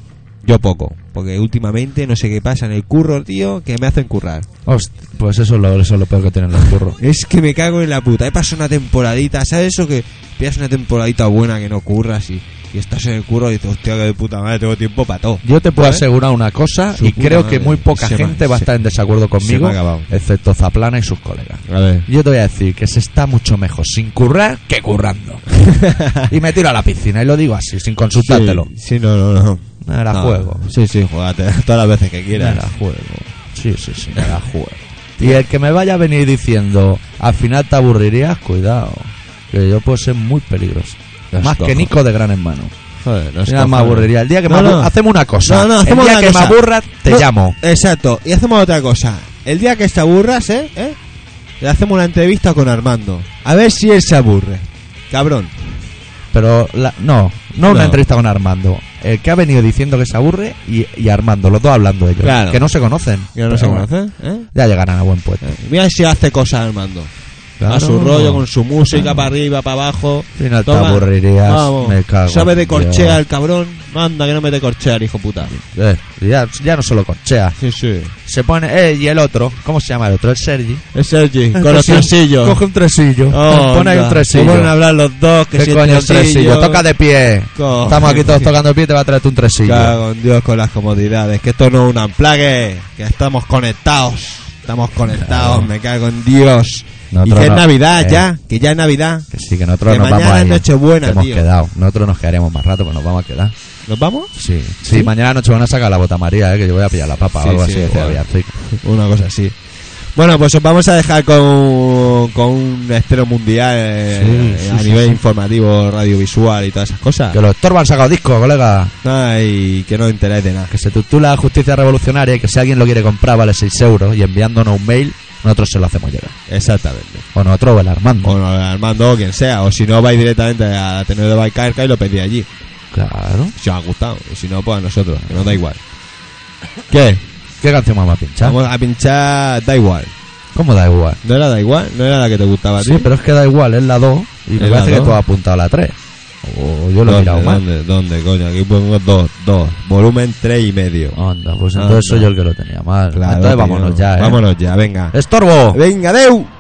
A: Yo poco, porque últimamente no sé qué pasa en el curro, tío, que me hacen currar.
B: Host- pues eso es, lo, eso es lo peor que tienen los curros.
A: Es que me cago en la puta. He pasado una temporadita, ¿sabes eso? Que pillas una temporadita buena que no curras y, y estás en el curro y dices, hostia, que de puta madre, tengo tiempo para todo.
B: Yo te puedo
A: ¿Sabes?
B: asegurar una cosa,
A: Su
B: y
A: puta
B: creo que
A: madre.
B: muy poca
A: Se me-
B: gente va a
A: se-
B: estar en desacuerdo
A: se me
B: conmigo,
A: ha acabado.
B: excepto Zaplana y sus colegas.
A: A ver.
B: Yo te voy a decir que se está mucho mejor sin currar que currando. y me tiro a la piscina y lo digo así, sin consultártelo.
A: Sí, sí, no, no, no.
B: No era
A: No,
B: juego.
A: Sí, sí, jugate todas las veces que
B: No
A: quieras.
B: era juego. Sí, sí, sí, no era juego. Y el que me vaya a venir diciendo, al final te aburrirías, cuidado. Que yo puedo ser muy peligroso.
A: Las
B: Más que
A: cojo.
B: Nico de gran hermano.
A: Joder, no
B: Al
A: es
B: final me
A: cojones.
B: aburriría. El día que me
A: No, no.
B: aburra- hacemos una cosa.
A: No, no,
B: el
A: hacemos
B: día
A: una
B: que
A: cosa.
B: me aburra, te
A: No,
B: llamo.
A: Exacto. Y hacemos otra cosa. El día que te aburras, ¿eh? ¿Eh? Le hacemos una entrevista con Armando. A ver si él se aburre. Cabrón.
B: Pero la- no, no,
A: No.
B: una entrevista con Armando. El que ha venido diciendo que se aburre y, y Armando, los dos hablando ellos.
A: Claro.
B: Que no se conocen.
A: Que no
B: Pero
A: se
B: bueno,
A: conoce, ¿eh?
B: Ya llegarán a buen puerto.
A: Mira si hace cosas Armando. A su rollo, con su música
B: Claro.
A: para arriba, para abajo.
B: Al final te
A: Toma.
B: aburrirías.
A: Vamos.
B: Me cago.
A: Sabe
B: en
A: de
B: Dios.
A: corchea el cabrón. Manda que no me de corchea el hijo puta.
B: Eh, ya, ya no solo corchea.
A: Sí, sí.
B: Se pone. Eh, y el otro. ¿cómo se llama el otro? El Sergi.
A: Es Sergi, con los
B: Entonces,
A: tresillos.
B: Coge un tresillo.
A: Oh,
B: pone ahí
A: anda.
B: un tresillo.
A: Se ponen a hablar los dos. Que Oh.
B: ¿Qué
A: si el
B: coño un tresillo? Toca de pie.
A: Coño.
B: Estamos aquí todos tocando de pie, te va a traer tú un tresillo.
A: Cago en Dios con las comodidades. Que esto no es un amplague. Que estamos conectados. Estamos conectados. Me cago en Dios.
B: Nosotros
A: y que
B: no-
A: es Navidad
B: eh.
A: ya. Que ya es Navidad.
B: Que sí, que nosotros
A: Que
B: nos vamos
A: mañana
B: a
A: es
B: ir.
A: Nochebuena,
B: Que hemos
A: tío.
B: quedado. Nosotros nos quedaremos más rato, pero nos vamos a quedar.
A: ¿Nos vamos?
B: Sí. Sí, mañana noche van a sacar la bota María, eh, que yo voy a pillar la papa
A: Sí,
B: o algo
A: sí,
B: así. decía
A: joder.
B: Beatriz.
A: Una cosa así. Bueno, pues os vamos a dejar con, con un estreno mundial eh,
B: Sí, sí,
A: a
B: sí,
A: nivel
B: sí.
A: informativo, radiovisual y todas esas cosas.
B: Que los Torban han sacado disco, colega.
A: Nada, y que no os enteráis de nada.
B: Que se titula Justicia Revolucionaria y que si alguien lo quiere comprar vale 6 euros y enviándonos un mail, nosotros se lo hacemos llegar.
A: Exactamente.
B: O nosotros o el Armando.
A: O no, Armando o quien sea. O si no, vais directamente a la Tenue de Baicarca y lo pedís allí.
B: Claro.
A: Si os ha gustado. Y si no, pues a nosotros. Que nos da igual. ¿Qué?
B: ¿Qué canción vamos a pinchar?
A: Vamos a pinchar Da igual.
B: ¿Cómo da igual?
A: ¿No era Da igual? ¿No era la que te gustaba a ti?
B: Sí, pero es que da igual, es la 2 y me
A: Es la
B: parece que
A: dos.
B: tú has apuntado a la 3. O yo lo he
A: ¿Dónde,
B: mirado mal.
A: ¿Dónde? ¿Dónde, coño? Aquí pongo dos, dos. Volumen tres y medio.
B: Anda, pues
A: Anda.
B: entonces soy yo el que lo tenía mal.
A: Claro,
B: entonces
A: tío.
B: vámonos ya, eh.
A: Vámonos ya, venga.
B: ¡Estorbo!
A: Venga, Deu.